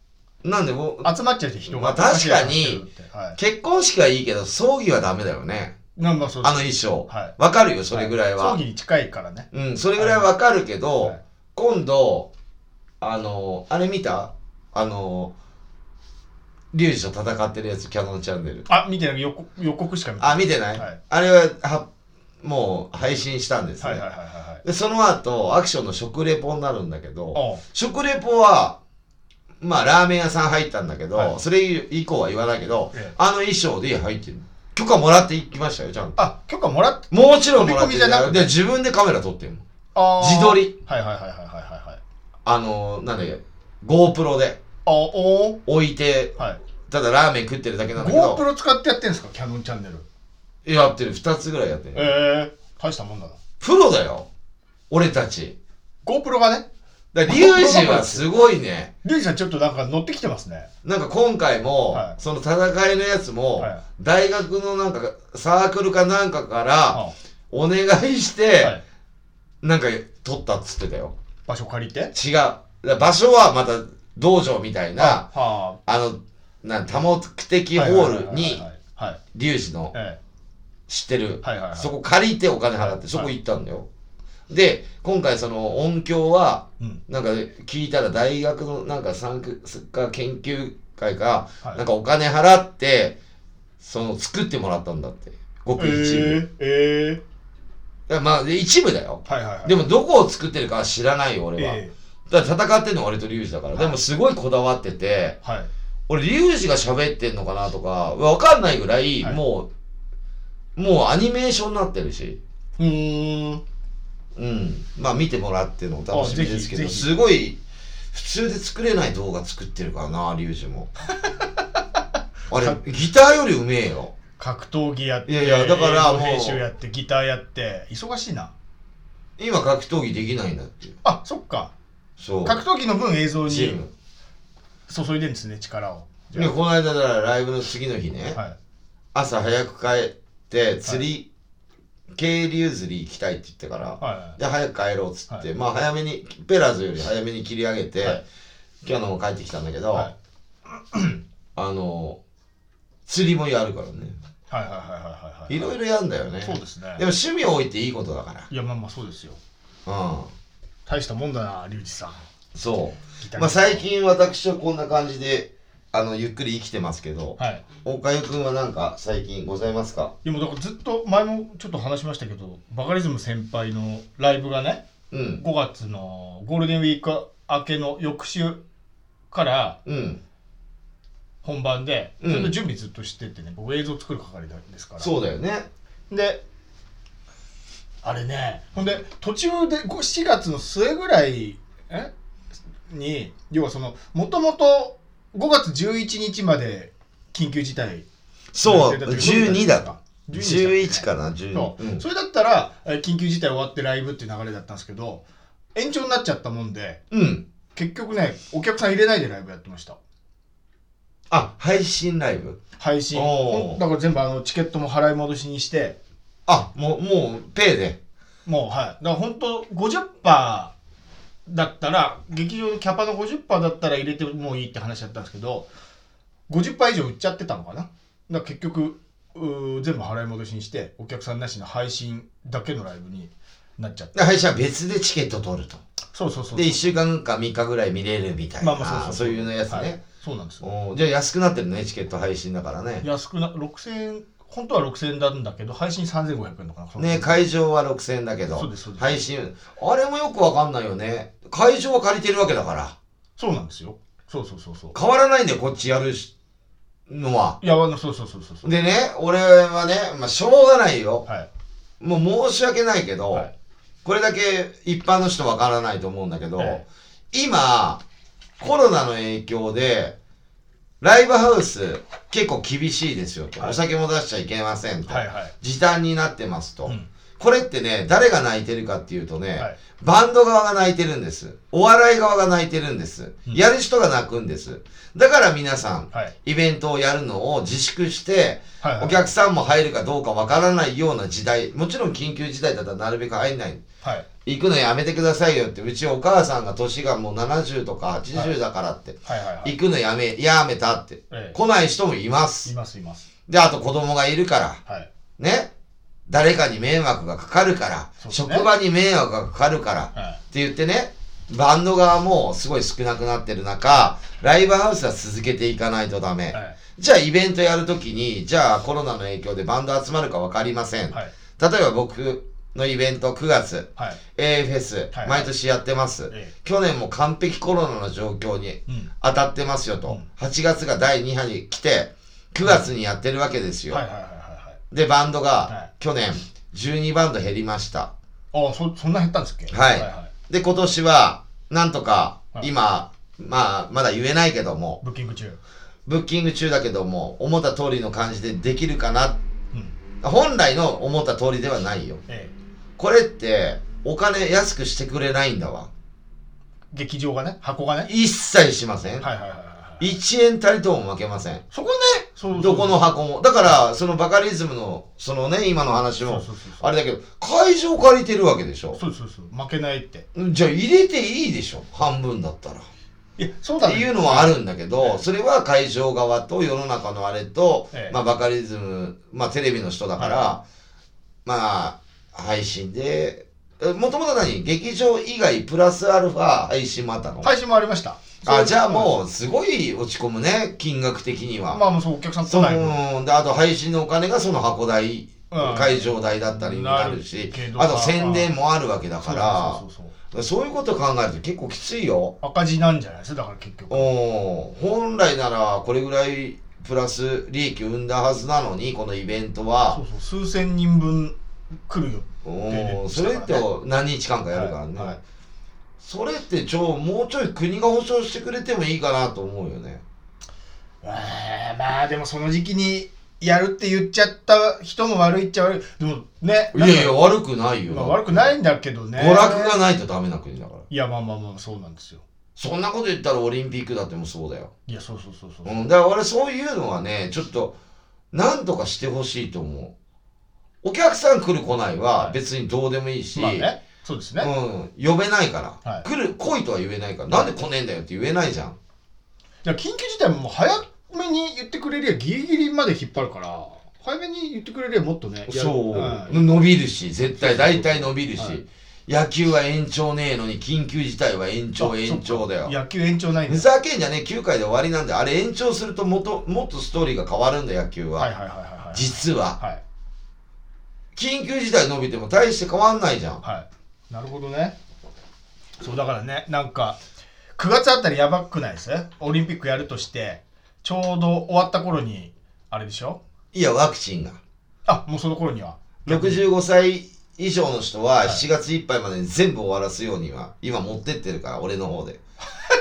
Speaker 1: うなんでもう
Speaker 2: 集まっちゃうじゃん、人
Speaker 1: ま
Speaker 2: が。
Speaker 1: あ確かに
Speaker 2: はい。
Speaker 1: 結婚式はいいけど葬儀はダメだよね
Speaker 2: なんかそうで
Speaker 1: あ
Speaker 2: す
Speaker 1: の衣装
Speaker 2: はい
Speaker 1: わかるよそれぐらいは、
Speaker 2: 葬儀に近いからね。
Speaker 1: うんそれぐらいわかるけど、
Speaker 2: はい
Speaker 1: 今度あのあれ見たあのリュウジと戦ってるやつキャノンチャンネル
Speaker 2: あ、見てない。予告予告しか見てない。
Speaker 1: あ見てない、
Speaker 2: はい
Speaker 1: あれははもう配信したんですね、
Speaker 2: はいはいはいはいはい。
Speaker 1: でその後アクションの食レポになるんだけど
Speaker 2: おう
Speaker 1: 食レポはまあラーメン屋さん入ったんだけど、
Speaker 2: はい
Speaker 1: それ以降は言わないけど、
Speaker 2: ええ
Speaker 1: あの衣装で入ってる許可もらって行きましたよちゃんと
Speaker 2: あ、許可もらっ
Speaker 1: もちろんもらって
Speaker 2: 飛び込みじゃなくて
Speaker 1: で自分でカメラ撮ってるの
Speaker 2: あー
Speaker 1: 自撮り
Speaker 2: はいはいはいはいはいはいはい
Speaker 1: あのなんだっけ GoPro で
Speaker 2: あおー
Speaker 1: 置いて
Speaker 2: はい
Speaker 1: ただラーメン食ってるだけなんだけど
Speaker 2: GoPro 使ってやってんですかキャノンチャンネル
Speaker 1: やってる2つぐらいやってる、
Speaker 2: ええ大したもんだな
Speaker 1: プロだよ俺たち
Speaker 2: GoPro がね
Speaker 1: だからリュウジはすごいね
Speaker 2: リュウジさんちょっとなんか乗ってきてますね
Speaker 1: なんか今回も、
Speaker 2: はい
Speaker 1: その戦いのやつも、
Speaker 2: はい
Speaker 1: 大学のなんかサークルかなんかから、
Speaker 2: あ
Speaker 1: お願いし
Speaker 2: は
Speaker 1: て、
Speaker 2: い、
Speaker 1: なんか撮ったっつってたよ。
Speaker 2: 場所借りて
Speaker 1: 違う。だから場所はまた道場みたいな、
Speaker 2: は
Speaker 1: あの、なん多目
Speaker 2: あ
Speaker 1: 的ホールに、
Speaker 2: はいはい
Speaker 1: リュウジの
Speaker 2: え
Speaker 1: 知ってる、
Speaker 2: はいはいはい
Speaker 1: そこ借りてお金払って、そこ行ったんだよ。で、今回その音響は、
Speaker 2: えうん
Speaker 1: なんか聞いたら大学のなんか産科研究会が、
Speaker 2: はい
Speaker 1: なんかお金払って、その作ってもらったんだって。ごく
Speaker 2: え
Speaker 1: 一部。
Speaker 2: ー、え
Speaker 1: だからまあ、で一部だよ。
Speaker 2: ー、はいはいはい
Speaker 1: でもどこを作ってるかは知らないよ、俺は。
Speaker 2: え
Speaker 1: だから戦ってんのは俺とリュウジだから。
Speaker 2: はい
Speaker 1: でもすごいこだわってて、
Speaker 2: えはい
Speaker 1: 俺リュウジが喋ってんのかなとか、わかんないぐらい、
Speaker 2: はい
Speaker 1: もう、もうアニメーションになってるし。
Speaker 2: うーん
Speaker 1: うん。まあ見てもらってのお楽しみですけ
Speaker 2: あぜ
Speaker 1: ど、
Speaker 2: ひぜひ
Speaker 1: すごい、普通で作れない動画作ってるからな、リュウジ も。あれ、ギターよりうめえよ。
Speaker 2: 格闘技やって
Speaker 1: いやいやだから
Speaker 2: 映像
Speaker 1: もう
Speaker 2: 編集やってギターやって忙しいな
Speaker 1: 今格闘技できないんだって。
Speaker 2: あそっか
Speaker 1: そう。
Speaker 2: 格闘技の分映像
Speaker 1: チー
Speaker 2: に
Speaker 1: ム。
Speaker 2: 注いでるんですね力をじゃ
Speaker 1: で、この間だからライブの次の日ね。
Speaker 2: あはい
Speaker 1: 朝早く帰って釣り、渓流釣り行きたいって言ってから、
Speaker 2: はい
Speaker 1: で早く帰ろうっつって、
Speaker 2: は
Speaker 1: まあ早めにペラーズより早めに切り上げて、
Speaker 2: はい
Speaker 1: 今日のも帰ってきたんだけど、
Speaker 2: はい
Speaker 1: あの釣りもやるからね
Speaker 2: はいはいはいはいはい
Speaker 1: いろいろやんだよね、
Speaker 2: そうですね
Speaker 1: でも趣味を置いていいことだか
Speaker 2: いやまあまあそうですよ
Speaker 1: らうん
Speaker 2: 大したもんだなリュウジさん
Speaker 1: そ
Speaker 2: ギタ
Speaker 1: う
Speaker 2: ー
Speaker 1: まあ最近私はこんな感じであのゆっくり生きてますけど、
Speaker 2: はい
Speaker 1: おかゆくんは何か最近ございますか
Speaker 2: でもだからずっと前もちょっと話しましたけどバカリズム先輩のライブがね
Speaker 1: うん
Speaker 2: 5月のゴールデンウィーク明けの翌週から
Speaker 1: うん
Speaker 2: 本番で
Speaker 1: うん
Speaker 2: ずっと準備ずっとしてってね、僕映像作る係なんですから
Speaker 1: そうだよね
Speaker 2: であれねほんで途中でご4月の末ぐらいえに要はそのもともと5月11日まで緊急事態
Speaker 1: そう
Speaker 2: だってだって
Speaker 1: 12だと
Speaker 2: 12でしたっけ
Speaker 1: 11かな12
Speaker 2: そう
Speaker 1: うん
Speaker 2: それだったらえー緊急事態終わってライブっていう流れだったんですけど延長になっちゃったもんで
Speaker 1: うん
Speaker 2: 結局ねお客さん入れないでライブやってました
Speaker 1: あ配信ライブ
Speaker 2: 配信
Speaker 1: おー
Speaker 2: ほんだから全部あのチケットも払い戻しにして
Speaker 1: あもうもうペイで
Speaker 2: もうはいだから本当50%だったら劇場のキャパの50%だったら入れてもいいって話だったんですけど50%以上売っちゃってたのかなだから結局うー全部払い戻しにしてお客さんなしの配信だけのライブになっちゃって
Speaker 1: で配信は別でチケット取ると
Speaker 2: そうそうそう
Speaker 1: で1週間か3日ぐらい見れるみたいな、
Speaker 2: まあまあそうそう
Speaker 1: いうのやつね、
Speaker 2: はいそうなんですよ
Speaker 1: おーじゃあ安くなってるねチケット配信だからね
Speaker 2: 安くな6000円本当は6000円なんだけど配信3500円とかなその
Speaker 1: ね会場は6000円だけ
Speaker 2: そう
Speaker 1: ど
Speaker 2: ですそうです
Speaker 1: 配信あれもよくわかんないよね会場は借りてるわけだから
Speaker 2: そうなんですよそうそうそうそう
Speaker 1: 変わらないんだよこっちやるしのはい
Speaker 2: やあのそうそうそうそうそう
Speaker 1: でね俺はね、まあ、しょうがないよ
Speaker 2: はい
Speaker 1: もう申し訳ないけど、
Speaker 2: はい
Speaker 1: これだけ一般の人わからないと思うんだけど、
Speaker 2: え
Speaker 1: 今、コロナの影響で、ライブハウス結構厳しいですよと。
Speaker 2: はい
Speaker 1: お酒も出しちゃいけませんと。
Speaker 2: はいはい
Speaker 1: 時短になってますと、
Speaker 2: うん
Speaker 1: これってね、誰が泣いてるかっていうとね、
Speaker 2: はい
Speaker 1: バンド側が泣いてるんです。お笑い側が泣いてるんです。
Speaker 2: うん
Speaker 1: やる人が泣くんです。だから皆さん、
Speaker 2: はい
Speaker 1: イベントをやるのを自粛して、
Speaker 2: はいはい
Speaker 1: お客さんも入るかどうかわからないような時代、もちろん緊急事態だったらなるべく入んない。
Speaker 2: はい
Speaker 1: 行くのやめてくださいよって、うちお母さんが年がもう70とか80だからって、
Speaker 2: はいはいはい
Speaker 1: 行くのやめ、やめたって、
Speaker 2: ええ
Speaker 1: 来ない人もいま
Speaker 2: い
Speaker 1: す。
Speaker 2: ますいます
Speaker 1: で、あと子供がいるから、
Speaker 2: はい
Speaker 1: ね。誰かに迷惑がかかるから、
Speaker 2: そうですね
Speaker 1: 職場に迷惑がかかるから、っ
Speaker 2: は
Speaker 1: て言ってね、バンド側もすごい少なくなってる中、ライブハウスは続けていかないとダメ。
Speaker 2: いはい
Speaker 1: じゃあイベントやるときに、じゃあコロナの影響でバンド集まるか分かりません。
Speaker 2: はい
Speaker 1: 例えば僕のイベント9月、
Speaker 2: はい
Speaker 1: AFS、
Speaker 2: はい
Speaker 1: 毎年やってます、
Speaker 2: ええ
Speaker 1: 去年も完璧コロナの状況に
Speaker 2: うん
Speaker 1: 当たってますよと。
Speaker 2: うん
Speaker 1: 8月が第2波に来て、9月にやってるわけですよ。
Speaker 2: はいはいはいはい
Speaker 1: で、バンド
Speaker 2: は
Speaker 1: が去年12バンド減りました。
Speaker 2: はいあそそんな減ったんですっけ
Speaker 1: はい
Speaker 2: はいはい
Speaker 1: で、今年は、なんとか
Speaker 2: は、い
Speaker 1: 今、まあ、まだ言えないけども、
Speaker 2: ブッキング中
Speaker 1: ブッキング中だけども、思った通りの感じでできるかな。
Speaker 2: うん
Speaker 1: 本来の思った通りではないよ。
Speaker 2: ええ
Speaker 1: これって、お金安くしてくれないんだわ。
Speaker 2: 劇場がね箱がね
Speaker 1: 一切しません。
Speaker 2: はいはいはいはいはい
Speaker 1: 1円たりとも負けません。
Speaker 2: そこねそうそう
Speaker 1: どこの箱もだからそのバカリズムのそのね今の話
Speaker 2: そう
Speaker 1: も
Speaker 2: そうそうそう
Speaker 1: あれだけど会場借りてるわけでしょ
Speaker 2: そうそうそう負けないって
Speaker 1: じゃあ入れていいでしょ半分だったら
Speaker 2: いやそうだ
Speaker 1: っ
Speaker 2: ね
Speaker 1: ていうのはあるんだけ
Speaker 2: え
Speaker 1: ど
Speaker 2: え
Speaker 1: それは会場側と世の中のあれと
Speaker 2: ええ
Speaker 1: まあバカリズムまあテレビの人だからまあ配信でもともと何劇場以外プラスアルファ配信もあったの
Speaker 2: 配信もありました
Speaker 1: あじゃあ
Speaker 2: う
Speaker 1: もうすごい落ち込むね金額的には
Speaker 2: まあもうそうお客さん来
Speaker 1: そ
Speaker 2: ないもん
Speaker 1: のであと配信のお金がその箱代、
Speaker 2: うん
Speaker 1: 会場代だったりになるし
Speaker 2: なるけど
Speaker 1: あと宣伝もあるわけだ
Speaker 2: そ
Speaker 1: か
Speaker 2: う
Speaker 1: ら
Speaker 2: そうそうそう
Speaker 1: そういうこと考えると結構きついよ
Speaker 2: 赤字なんじゃないですかだから結局
Speaker 1: お本来ならこれぐらいプラス利益を生んだはずなのにこのイベント
Speaker 2: そ
Speaker 1: は
Speaker 2: うそう数千人分来るよ
Speaker 1: そ
Speaker 2: ね
Speaker 1: それって何日間かやるからね、
Speaker 2: はいはい
Speaker 1: それってちょもうちょい国が保証してくれてもいいかなと思うよね
Speaker 2: えーまあでもその時期にやるって言っちゃった人も悪いっちゃ悪いでもね
Speaker 1: いやいや悪くないよ、
Speaker 2: まあ悪くないいんだけどね
Speaker 1: 娯楽がないとダメな国だから
Speaker 2: いやまあまあまあそうなんですよ
Speaker 1: そんなこと言ったらオリンピックだってもそうだよ。
Speaker 2: いやそうそうそうそう、
Speaker 1: うん、だから俺そういうのはね、ちょっと、なんとかしてほしいと思う。お客さん来る来ないは別にどうでもいいし、
Speaker 2: まあねそうですね、
Speaker 1: うん、呼べないから、
Speaker 2: はい
Speaker 1: 来る、来いとは言えないから、なんで来ねえんだよって言えないじゃん。
Speaker 2: いや緊急事態ももう早めに言ってくれりゃギリギリまで引っ張るから早めに言ってくれりゃもっとねやる
Speaker 1: そう、
Speaker 2: ん
Speaker 1: 伸びるし、絶対、大体伸びるし、
Speaker 2: はい
Speaker 1: 野球は延長ねえのに、緊急事態は延
Speaker 2: あそ
Speaker 1: 長
Speaker 2: っか
Speaker 1: 延長だよ。
Speaker 2: 野球延長ないん
Speaker 1: ふ
Speaker 2: だ
Speaker 1: ざけんじゃねえ、9回で終わりなんで、あれ延長するともっと、もっとストーリーが変わるんだよ、野球は。
Speaker 2: はいはいはいはいはい
Speaker 1: 実は。
Speaker 2: はい
Speaker 1: 緊急事態伸びても大して変わんないじゃん。
Speaker 2: はいなるほどねそうだからねなんか9月あたりやばくないですオリンピックやるとしてちょうど終わった頃にあれでしょ
Speaker 1: いや、ワクチンが。
Speaker 2: あもうその頃には
Speaker 1: 65歳以上の人は
Speaker 2: はい
Speaker 1: 7月いっぱいまでに全部終わらすようには、今持ってってるから、俺の方で。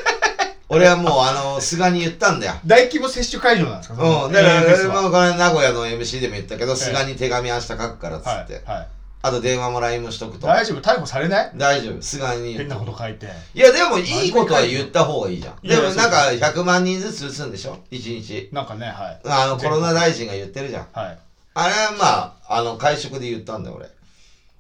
Speaker 1: 俺はもう、あの、菅に言ったんだよ。
Speaker 2: 大規模接種会場なんですかその
Speaker 1: うん。だから、
Speaker 2: AFS
Speaker 1: 俺
Speaker 2: は
Speaker 1: もこれ名古屋の MC でも言ったけど、菅に手紙明日書くからっつって。
Speaker 2: はいはい、
Speaker 1: あと電話も LINE もしとくと。
Speaker 2: 大丈夫逮捕されない
Speaker 1: 大丈夫、菅に言
Speaker 2: 変
Speaker 1: う
Speaker 2: なこと書いて
Speaker 1: いや、でもいいことは言った方がいいじゃん。
Speaker 2: いや
Speaker 1: で
Speaker 2: いや
Speaker 1: もなんか100万人ずつ打つんでしょ ?1 日。
Speaker 2: なんかねはい
Speaker 1: あの、コロナ大臣が言ってるじゃん。
Speaker 2: はい
Speaker 1: あれはまあ、あの、会食で言ったんだよ、俺。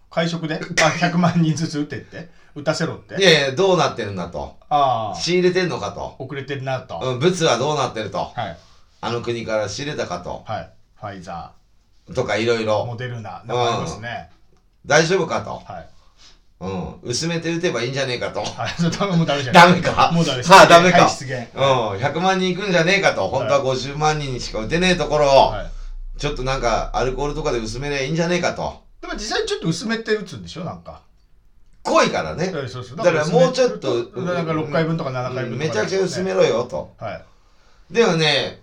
Speaker 2: 会食であ100万人ずつ打ってって打たせろって
Speaker 1: いやいや、どうなってるんだと。
Speaker 2: ああ
Speaker 1: 仕入れてんのかと。
Speaker 2: 遅れてるなと、
Speaker 1: うん、物はどうなってると。
Speaker 2: はい
Speaker 1: あの国から仕入れたかと。
Speaker 2: はいファイザ
Speaker 1: とか、いろい
Speaker 2: ーモ
Speaker 1: ろ。
Speaker 2: デルナなんかありますね、
Speaker 1: 大丈夫かと。
Speaker 2: はい
Speaker 1: うん。薄めて打てばいいんじゃねえかと。
Speaker 2: はい、それダメもうダメじゃない
Speaker 1: ダメか。
Speaker 2: もうダメ
Speaker 1: はあ、ダメか。
Speaker 2: は
Speaker 1: う
Speaker 2: い失言
Speaker 1: ん。100万人いくんじゃねえかと。本当は50万人にしか打てねえところを、
Speaker 2: はい、
Speaker 1: ちょっとなんか、アルコールとかで薄めりゃいいんじゃねえかと。
Speaker 2: でも実際ちょっと薄めて打つんでしょなんか
Speaker 1: 濃いからね。
Speaker 2: そうそう
Speaker 1: だからもうちょっと、
Speaker 2: 薄めて打つなんか6回分とか7回分とかね、
Speaker 1: うんめちゃくちゃ薄めろよと。
Speaker 2: はい
Speaker 1: でもね、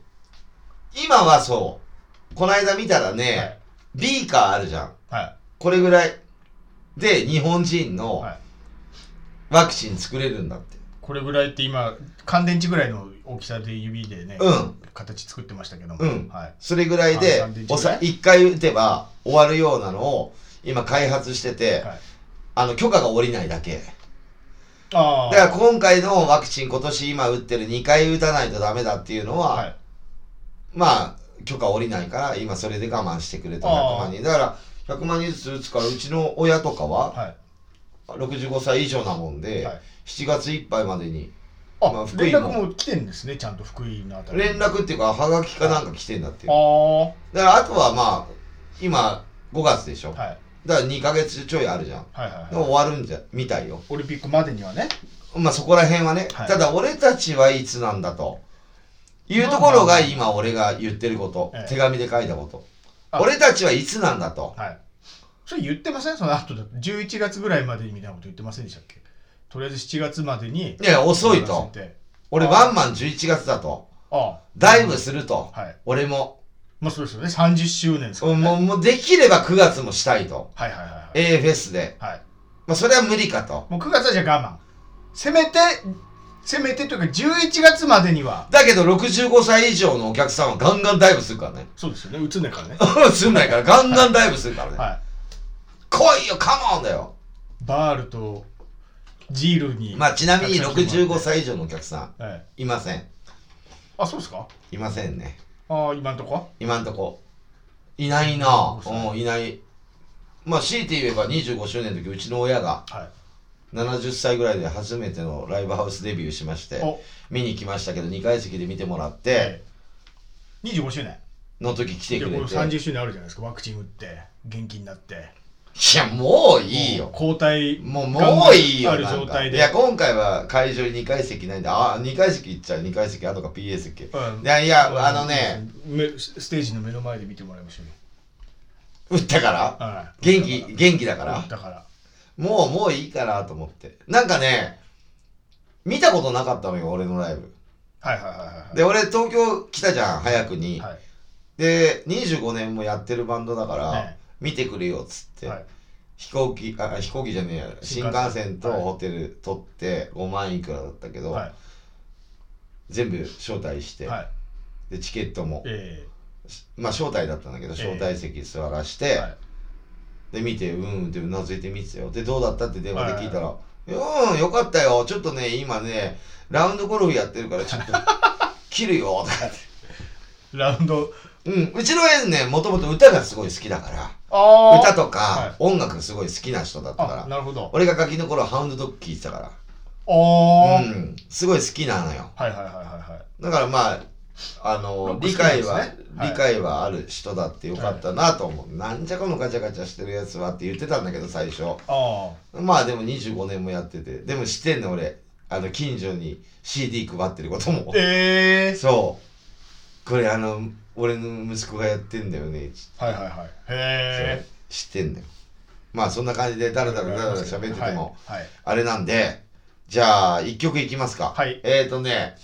Speaker 1: 今はそう。この間見たらね、ビーカーあるじゃん。
Speaker 2: はい
Speaker 1: これぐらい。で、日本人
Speaker 2: はい、
Speaker 1: の
Speaker 2: はい、
Speaker 1: ワクチン作れるんだって。
Speaker 2: これぐらいって今乾電池ぐらいの大きさで指でね、
Speaker 1: うん。
Speaker 2: 形作ってましたけども、
Speaker 1: うん
Speaker 2: はい
Speaker 1: それぐらいで
Speaker 2: あ3、
Speaker 1: おさ一回打てば終わるようなのを今開発してて、
Speaker 2: はい
Speaker 1: あの、許可が下りないだけ。
Speaker 2: あ
Speaker 1: だ
Speaker 2: あ
Speaker 1: から今回のワクチン今年今打ってる2回打たないとダメだっていうのは、
Speaker 2: はい
Speaker 1: まあ、許可下りないから、今それで我慢してくれた
Speaker 2: あ
Speaker 1: 100
Speaker 2: ー
Speaker 1: 万人。だから、100万人ずつ打つから、うちの親とかは、
Speaker 2: はい
Speaker 1: 65歳以上なもんで、
Speaker 2: はい
Speaker 1: 7月いっぱいまでに、
Speaker 2: あ、
Speaker 1: まあ福井
Speaker 2: 連
Speaker 1: も
Speaker 2: 絡も来てんですねちゃんと福井のあたり
Speaker 1: 連絡っていうか、はがきかなんか来てんだってよ
Speaker 2: あ
Speaker 1: だから、あとはまあ、今、5月でしょ。
Speaker 2: あはい
Speaker 1: だから2ヶ月ちょいあるじゃん。
Speaker 2: はいはい
Speaker 1: で
Speaker 2: はい
Speaker 1: も終わるんじゃ、みたいよ。
Speaker 2: オリンピックまでにはね
Speaker 1: まあそこら辺はね、
Speaker 2: はい
Speaker 1: ただ俺たちはいつなんだと。いうところが今俺が言ってること、
Speaker 2: ええ
Speaker 1: 手紙で書いたこと。
Speaker 2: あ
Speaker 1: 俺たちはいつなんだと。
Speaker 2: はい。それ言ってませんその後だって11月ぐらいまでにみたいなこと言ってませんでしたっけとりあえず7月までに
Speaker 1: いや、遅いと。俺ワンマン11月だと。
Speaker 2: あ
Speaker 1: ダイブすると。
Speaker 2: あはい
Speaker 1: 俺も。
Speaker 2: まあそうですよね30周年ですから、
Speaker 1: もう、
Speaker 2: ね、
Speaker 1: もうできれば9月もしたいと。
Speaker 2: はいはいはいはい、
Speaker 1: A フェスで。
Speaker 2: はい、
Speaker 1: まあ、それは無理かと。
Speaker 2: もう9月はじゃあ我慢せめてせめてというか11月までには
Speaker 1: だけど、65歳以上のお客さんはガンガンダイブするからね。
Speaker 2: そうですよね打つねからね
Speaker 1: すんないから、ガンガンダイブするからね。
Speaker 2: は
Speaker 1: 来いよ、カモンだよ。
Speaker 2: いバールとジールに
Speaker 1: まあ、ちなみに
Speaker 2: たくさん来ても
Speaker 1: 65
Speaker 2: らって
Speaker 1: 歳以上のお客さん、
Speaker 2: はい
Speaker 1: いません。
Speaker 2: あそうですか
Speaker 1: いませんね。
Speaker 2: あああ、今んとこ
Speaker 1: 今んとこ。いないなうん、いない。まあ、強いて言えば25周年の時、うちの親が
Speaker 2: は
Speaker 1: 70歳ぐらいで初めてのライブハウスデビューしまし
Speaker 2: い。
Speaker 1: て、
Speaker 2: お、
Speaker 1: 見に来ましたけど、2階席で見てもらっ
Speaker 2: え
Speaker 1: て、
Speaker 2: え25周年。
Speaker 1: の時来て
Speaker 2: いや
Speaker 1: く
Speaker 2: こ
Speaker 1: れ
Speaker 2: の
Speaker 1: て。
Speaker 2: 30周年あるじゃないですか。ワクチン打って、元気になって。
Speaker 1: いや、もういいよ。
Speaker 2: 抗体
Speaker 1: もう、もういいよ。
Speaker 2: ある
Speaker 1: なんか
Speaker 2: 状態で。
Speaker 1: いや、今回は会場に2階席ないんで、あ、2階席行っちゃう、2階席、あとか PA 席。い
Speaker 2: うん
Speaker 1: や、いや、あのね、
Speaker 2: めステージの目の前で見てもらいましょうよ
Speaker 1: 打ったから、
Speaker 2: はい
Speaker 1: 元気、元気だか
Speaker 2: だから
Speaker 1: ら、
Speaker 2: だから
Speaker 1: もう、もういいかなと思って。なんかね、見たことなかったのよ、俺のライブ。
Speaker 2: はいはいはいはい
Speaker 1: で、俺、東京来たじゃん、早くに。
Speaker 2: はい
Speaker 1: で、25年もやってるバンドだから
Speaker 2: ね、
Speaker 1: 見てくれよ、っつって。
Speaker 2: はい
Speaker 1: 飛行機、あ、飛行機じゃねえや、
Speaker 2: 新
Speaker 1: 新
Speaker 2: 幹線
Speaker 1: 幹線とホテル取って5万いくらだったけど、
Speaker 2: は
Speaker 1: 全部招待して、
Speaker 2: いはい
Speaker 1: でチケットも、
Speaker 2: え
Speaker 1: まあ招待だったんだけど
Speaker 2: ええ
Speaker 1: 招待席座らし
Speaker 2: え
Speaker 1: て、
Speaker 2: はい
Speaker 1: で見てうんうんってうなずいて見てたよでどうだったって電話で聞いたら、
Speaker 2: は
Speaker 1: うんよかったよちょっとね今ねラウンドゴルフやってるからちょっと 切るよとかって
Speaker 2: ラウンド
Speaker 1: うんうちの園ねもともと歌がすごい好きだから
Speaker 2: あ
Speaker 1: 歌
Speaker 2: あ
Speaker 1: と
Speaker 2: は
Speaker 1: か音楽すごい好きな人だった
Speaker 2: あ
Speaker 1: から
Speaker 2: なるほど
Speaker 1: 俺がガキの頃ハウンドドッグ聴いてたか
Speaker 2: ああ
Speaker 1: ら
Speaker 2: は
Speaker 1: う
Speaker 2: い
Speaker 1: んすごい好きなのよ
Speaker 2: はいはいはいはい
Speaker 1: だからまああの
Speaker 2: ロック
Speaker 1: 理
Speaker 2: 好きなん
Speaker 1: 解
Speaker 2: ですね
Speaker 1: は、
Speaker 2: はい
Speaker 1: 理解はある人だってよかったなと思う、なんじゃこのガチャガチャしてるやつはって言ってたんだけど最初
Speaker 2: あ
Speaker 1: まあでも25年もやっててでも知ってんの俺あの近所に CD 配ってることも
Speaker 2: あええ
Speaker 1: そうこれあの俺の息子がやってんだよねつって
Speaker 2: はいはいはいへえ
Speaker 1: 知ってんだよまあそんな感じでダラダラダラダラ喋ってても
Speaker 2: はいはい
Speaker 1: あれなんでじゃあ1曲いきますか
Speaker 2: はい
Speaker 1: えーとね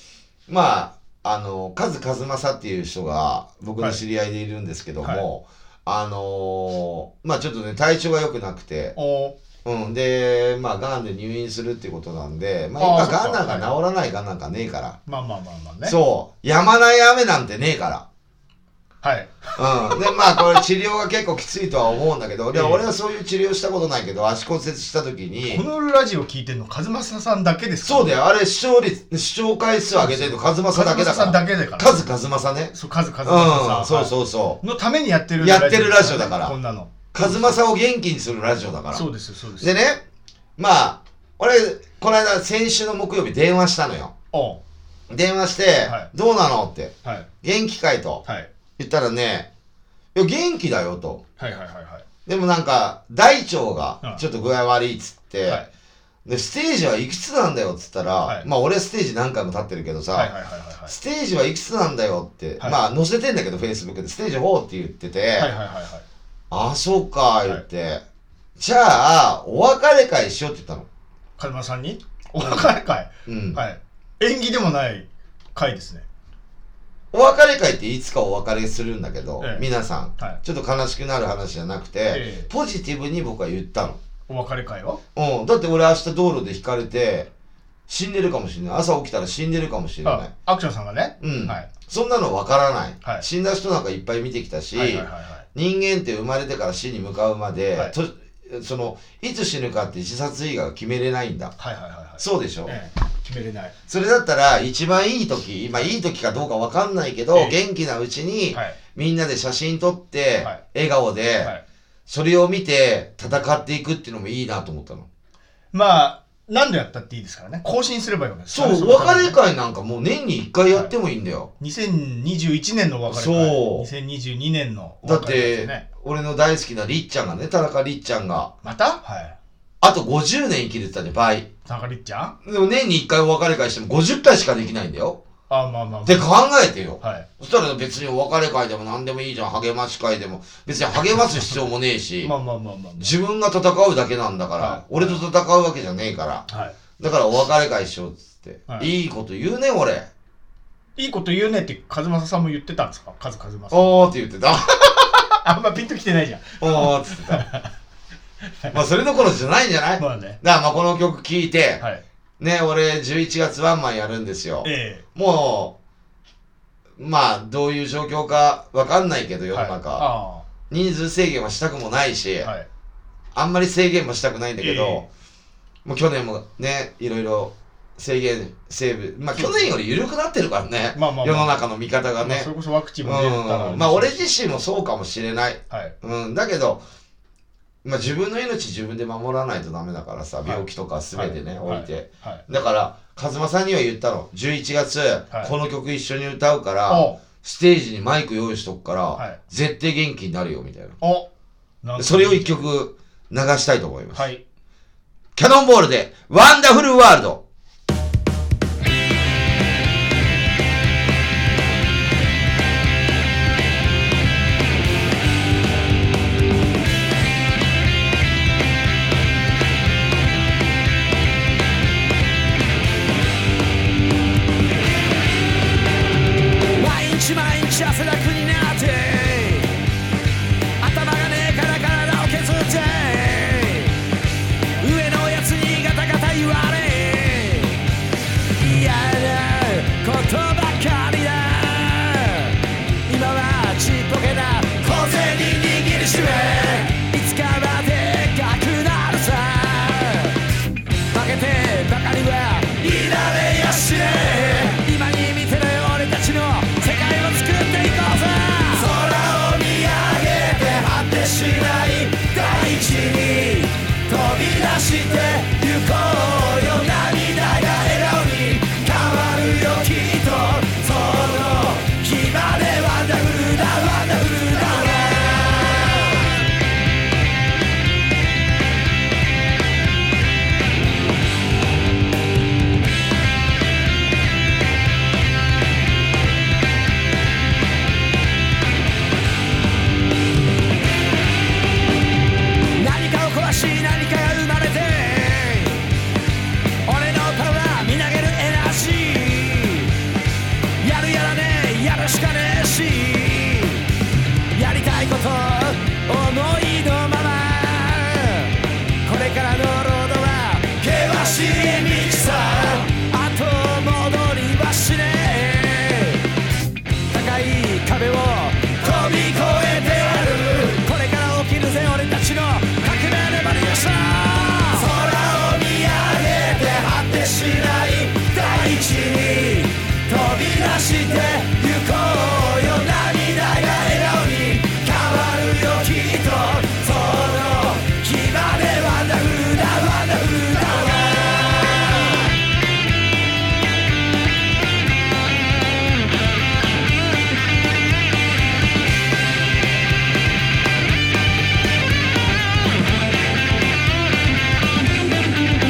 Speaker 1: まああのカズカズマサっていう人が僕の知り合いでいるんですけども、あのーまあちょっとね体調が良くなくて
Speaker 2: お
Speaker 1: うん、で、まあ、がんで入院するっていうことなんで、まあ、
Speaker 2: あー
Speaker 1: 今、
Speaker 2: そっか
Speaker 1: がんなんか治らないがんなんかねえから、
Speaker 2: まあまあまあまあね
Speaker 1: そう、やまない雨なんてねえか
Speaker 2: はい
Speaker 1: ら、うん、で、まあ、これ、治療が結構きついとは思うんだけど、で
Speaker 2: ええ
Speaker 1: 俺はそういう治療したことないけど、足骨折した時
Speaker 2: こ
Speaker 1: に、
Speaker 2: のラジオ聞いてんの和正さんだけですか
Speaker 1: そうだよ、あれ、視聴率、視聴回数上げてるの、カズマサだけだ
Speaker 2: 和正さん
Speaker 1: から、
Speaker 2: だけだから
Speaker 1: カズカズマサね、
Speaker 2: そう数々
Speaker 1: うん
Speaker 2: さ、
Speaker 1: そう
Speaker 2: う
Speaker 1: そうそう、
Speaker 2: のためにやってる
Speaker 1: やってるラジオだから
Speaker 2: こんなの
Speaker 1: カズマサを元気にするラジオだから。
Speaker 2: そうですよそうです
Speaker 1: で
Speaker 2: よ
Speaker 1: ね、まあ、俺、この間、先週の木曜日、電話したのよ。
Speaker 2: おう
Speaker 1: 電話して、
Speaker 2: はい
Speaker 1: どうなのって、
Speaker 2: はい
Speaker 1: 元気かいと
Speaker 2: はい
Speaker 1: 言ったらね、いや、元気だよと。
Speaker 2: はいはいはいはい
Speaker 1: でもなんか、大腸
Speaker 2: うん
Speaker 1: がちょっと具合悪いっつって、
Speaker 2: はい
Speaker 1: で、ステージはいくつなんだよっつったら、
Speaker 2: はい
Speaker 1: まあ俺ステージ何回も立ってるけどさ、
Speaker 2: はいはいはいはいはい
Speaker 1: ステージはいくつなんだよって、
Speaker 2: はい
Speaker 1: まあ載せてんだけど、Facebook で、ステージ4って言ってて、
Speaker 2: はいはいはいはい
Speaker 1: ああ、そうか、言って、じゃあ、お別れ会しようって言ったの。
Speaker 2: 風間さんにお別れ会、
Speaker 1: うん。
Speaker 2: はい縁起でもない会ですね
Speaker 1: お別れ会っていつかお別れするんだけど、
Speaker 2: ええ
Speaker 1: 皆さん、
Speaker 2: はい
Speaker 1: ちょっと悲しくなる話じゃなくて、
Speaker 2: ええ
Speaker 1: ポジティブに僕は言ったの。
Speaker 2: お別れ会は
Speaker 1: うん、だって俺明日道路でひかれて死んでるかもしれない朝起きたら死んでるかもしれな
Speaker 2: あ
Speaker 1: い、
Speaker 2: アクションさんがね、
Speaker 1: うん
Speaker 2: はい
Speaker 1: そんなのわからない、
Speaker 2: はい
Speaker 1: 死んだ人なんかいっぱい見てきたし、
Speaker 2: はいはいはいはい
Speaker 1: 人間って生まれてから死に向かうまで、
Speaker 2: はい
Speaker 1: とそのいつ死ぬかって自殺以外は決めれないんだ
Speaker 2: はいはいはいはい
Speaker 1: そうでしょ、
Speaker 2: ええ決めれない
Speaker 1: それだったら一番いい時今いい時かどうかわかんないけど、
Speaker 2: ええ
Speaker 1: 元気なうちに、
Speaker 2: はい
Speaker 1: みんなで写真撮って、
Speaker 2: はい
Speaker 1: 笑顔で、
Speaker 2: はい
Speaker 1: それを見て戦っていくっていうのもいいなと思ったの
Speaker 2: まあ何度やったっていいですからね更新すればいいわけです
Speaker 1: そう、
Speaker 2: の
Speaker 1: お
Speaker 2: のため
Speaker 1: 別
Speaker 2: に
Speaker 1: れ会なんかもう年に1回やってもいいんだよ。
Speaker 2: 2021年のお別れ会
Speaker 1: そう
Speaker 2: 2022年のお
Speaker 1: だっ
Speaker 2: 別れ会です
Speaker 1: て、
Speaker 2: よね
Speaker 1: 俺の大好きなりっちゃんがね、田中りっちゃんが、
Speaker 2: またはい
Speaker 1: あと50年生きるって言ったね、倍。
Speaker 2: 田中りっちゃん
Speaker 1: でも年に1回お別れ会しても50回しかできないんだよ。
Speaker 2: あまあまあまあ
Speaker 1: って考えてよ。
Speaker 2: は
Speaker 1: そしたら別にお別れ会でも何でもいいじゃん、励まし会でも。別に励ます必要もねえ
Speaker 2: い
Speaker 1: し
Speaker 2: ま、あまあまあまあま
Speaker 1: 自分が戦うだけなんだから、
Speaker 2: はい
Speaker 1: 俺と戦うわけじゃねえから。
Speaker 2: あは
Speaker 1: だからお別れ会しようっつって。
Speaker 2: はい
Speaker 1: いいこと言うね、俺。
Speaker 2: いいいこと言うねって和正さんも言ってたんですか和和正さん
Speaker 1: おーって言ってた。
Speaker 2: あんまピンときてないじゃん
Speaker 1: おーっつってた。まあそれどころじゃないんじゃない
Speaker 2: まあね
Speaker 1: だからまあこの曲聴いて、
Speaker 2: はい
Speaker 1: ね、俺11月ワンマンやるんですよ。
Speaker 2: え
Speaker 1: もう、まあどういう状況かわかんないけど
Speaker 2: え
Speaker 1: 世の中、
Speaker 2: はい、あ
Speaker 1: 人数制限はしたくもないし、
Speaker 2: あはい
Speaker 1: あんまり制限もしたくないんだけど、
Speaker 2: え
Speaker 1: もう去年もね、いろいろ制限セーブまあ去年より緩くなってるからね、
Speaker 2: まあまあまあ
Speaker 1: 世の中の見方が
Speaker 2: まあ
Speaker 1: ね
Speaker 2: それこそワクチンも出たら、
Speaker 1: うんまあ俺自身もそうかもしれない、
Speaker 2: はい
Speaker 1: うん、だけど、まあ、自分の命自分で守らないとダメだからさ
Speaker 2: はい
Speaker 1: 病気とか全てね、
Speaker 2: はい
Speaker 1: 置いて、
Speaker 2: はい
Speaker 1: だから和馬さんには言ったの11月、
Speaker 2: はい
Speaker 1: この曲一緒に歌うから、
Speaker 2: お
Speaker 1: ステージにマイク用意しとくから、
Speaker 2: はい
Speaker 1: 絶対元気になるよみたいな
Speaker 2: おなんか
Speaker 1: それを一曲流したいと思います、
Speaker 2: はい
Speaker 1: キャノンボールで「ワンダフルワールド」
Speaker 3: 毎日毎日汗だくになって頭がねえから体を削って上のやつにガタガタ言われ嫌なことばかりだ今はちっぽけな小銭握りしめいつかはでかくなるさ負けてばかりはいられやしねえ今に見てる俺たちの世界を作っていこうぜ空を見上げて果てしない大地に飛び出して行こうよ涙が笑顔に変わるよきっとその日までワンダフルだワンダフルだ何かを壊し何かが生まれて俺の顔は見投げるエナジーやるやらねえやるしかねえしやりたいこと思いのままこれからのロードは険しい道さ後戻りはしねえ高い壁を飛び越えてやるこれから起きるぜ俺たちの革命のりでした空を見上げて果てしない大地に飛び出して行こうよ涙が笑顔に変わるよきっとその日までワンダフルだワンダフルだ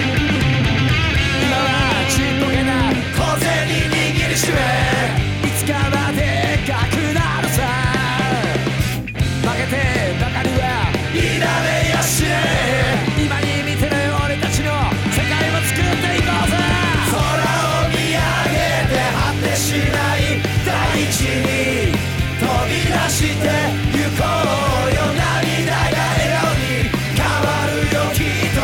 Speaker 3: 今はちっぽけな小銭握りしめいつかはでかくなるさ負けてばかりはいられやしねえ今に見てる俺たちの世界を作っていこうぜ空を見上げて果てしない大地に飛び出して行こうよ涙が笑顔に変わるよきっと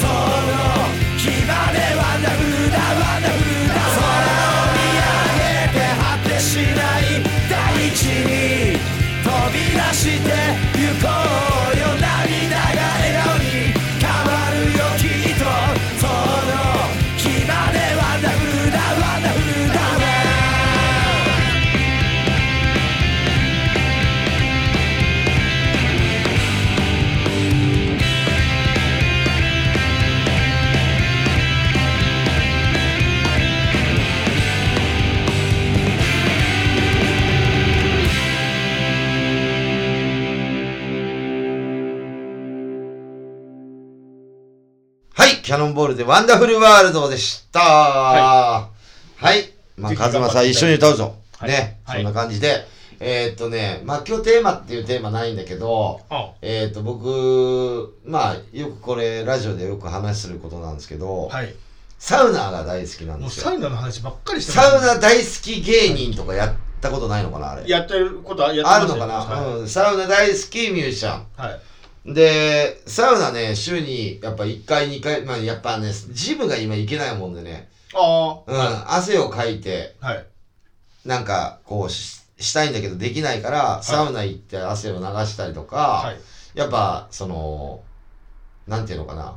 Speaker 3: その日までワンダフルだワンダフルだ空を見上げて果てしない大地に飛び出して行こうよ涙が笑顔に変わるよきっとその日までワンダフルだワンダフルだ
Speaker 1: はい、キャノンボールでワンダフルワールドでした。はい。まあ、
Speaker 2: ぜひ
Speaker 1: カズマさん一緒に歌うぞ。
Speaker 2: はい
Speaker 1: ね、
Speaker 2: はい
Speaker 1: そんな感じで。えーっとね、まあ今日テーマっていうテーマないんだけど、
Speaker 2: あ
Speaker 1: えーっと僕、まあよくこれラジオでよく話することなんですけど、
Speaker 2: はい
Speaker 1: サウナが大好きなんで
Speaker 2: もう
Speaker 1: す
Speaker 2: サ
Speaker 1: よ。
Speaker 2: ウナの話ばっかりして
Speaker 1: サウナ大好き芸人とかやったことないのかな、あれ。
Speaker 2: やってることはやって
Speaker 1: あるの
Speaker 2: ます
Speaker 1: か
Speaker 2: よ
Speaker 1: な、
Speaker 2: はい
Speaker 1: うん、サウナ大好きミュージシャン。
Speaker 2: はい
Speaker 1: で、サウナね、週にやっぱ1回、2回、まあやっぱね、ジムが今行けないもんでね、
Speaker 2: あ
Speaker 1: うん、汗をかいて、
Speaker 2: あはい
Speaker 1: なんかこうししたいんだけどできないから、サウナ行って汗を流したりとか、
Speaker 2: はい
Speaker 1: やっぱその、なんていうのかな、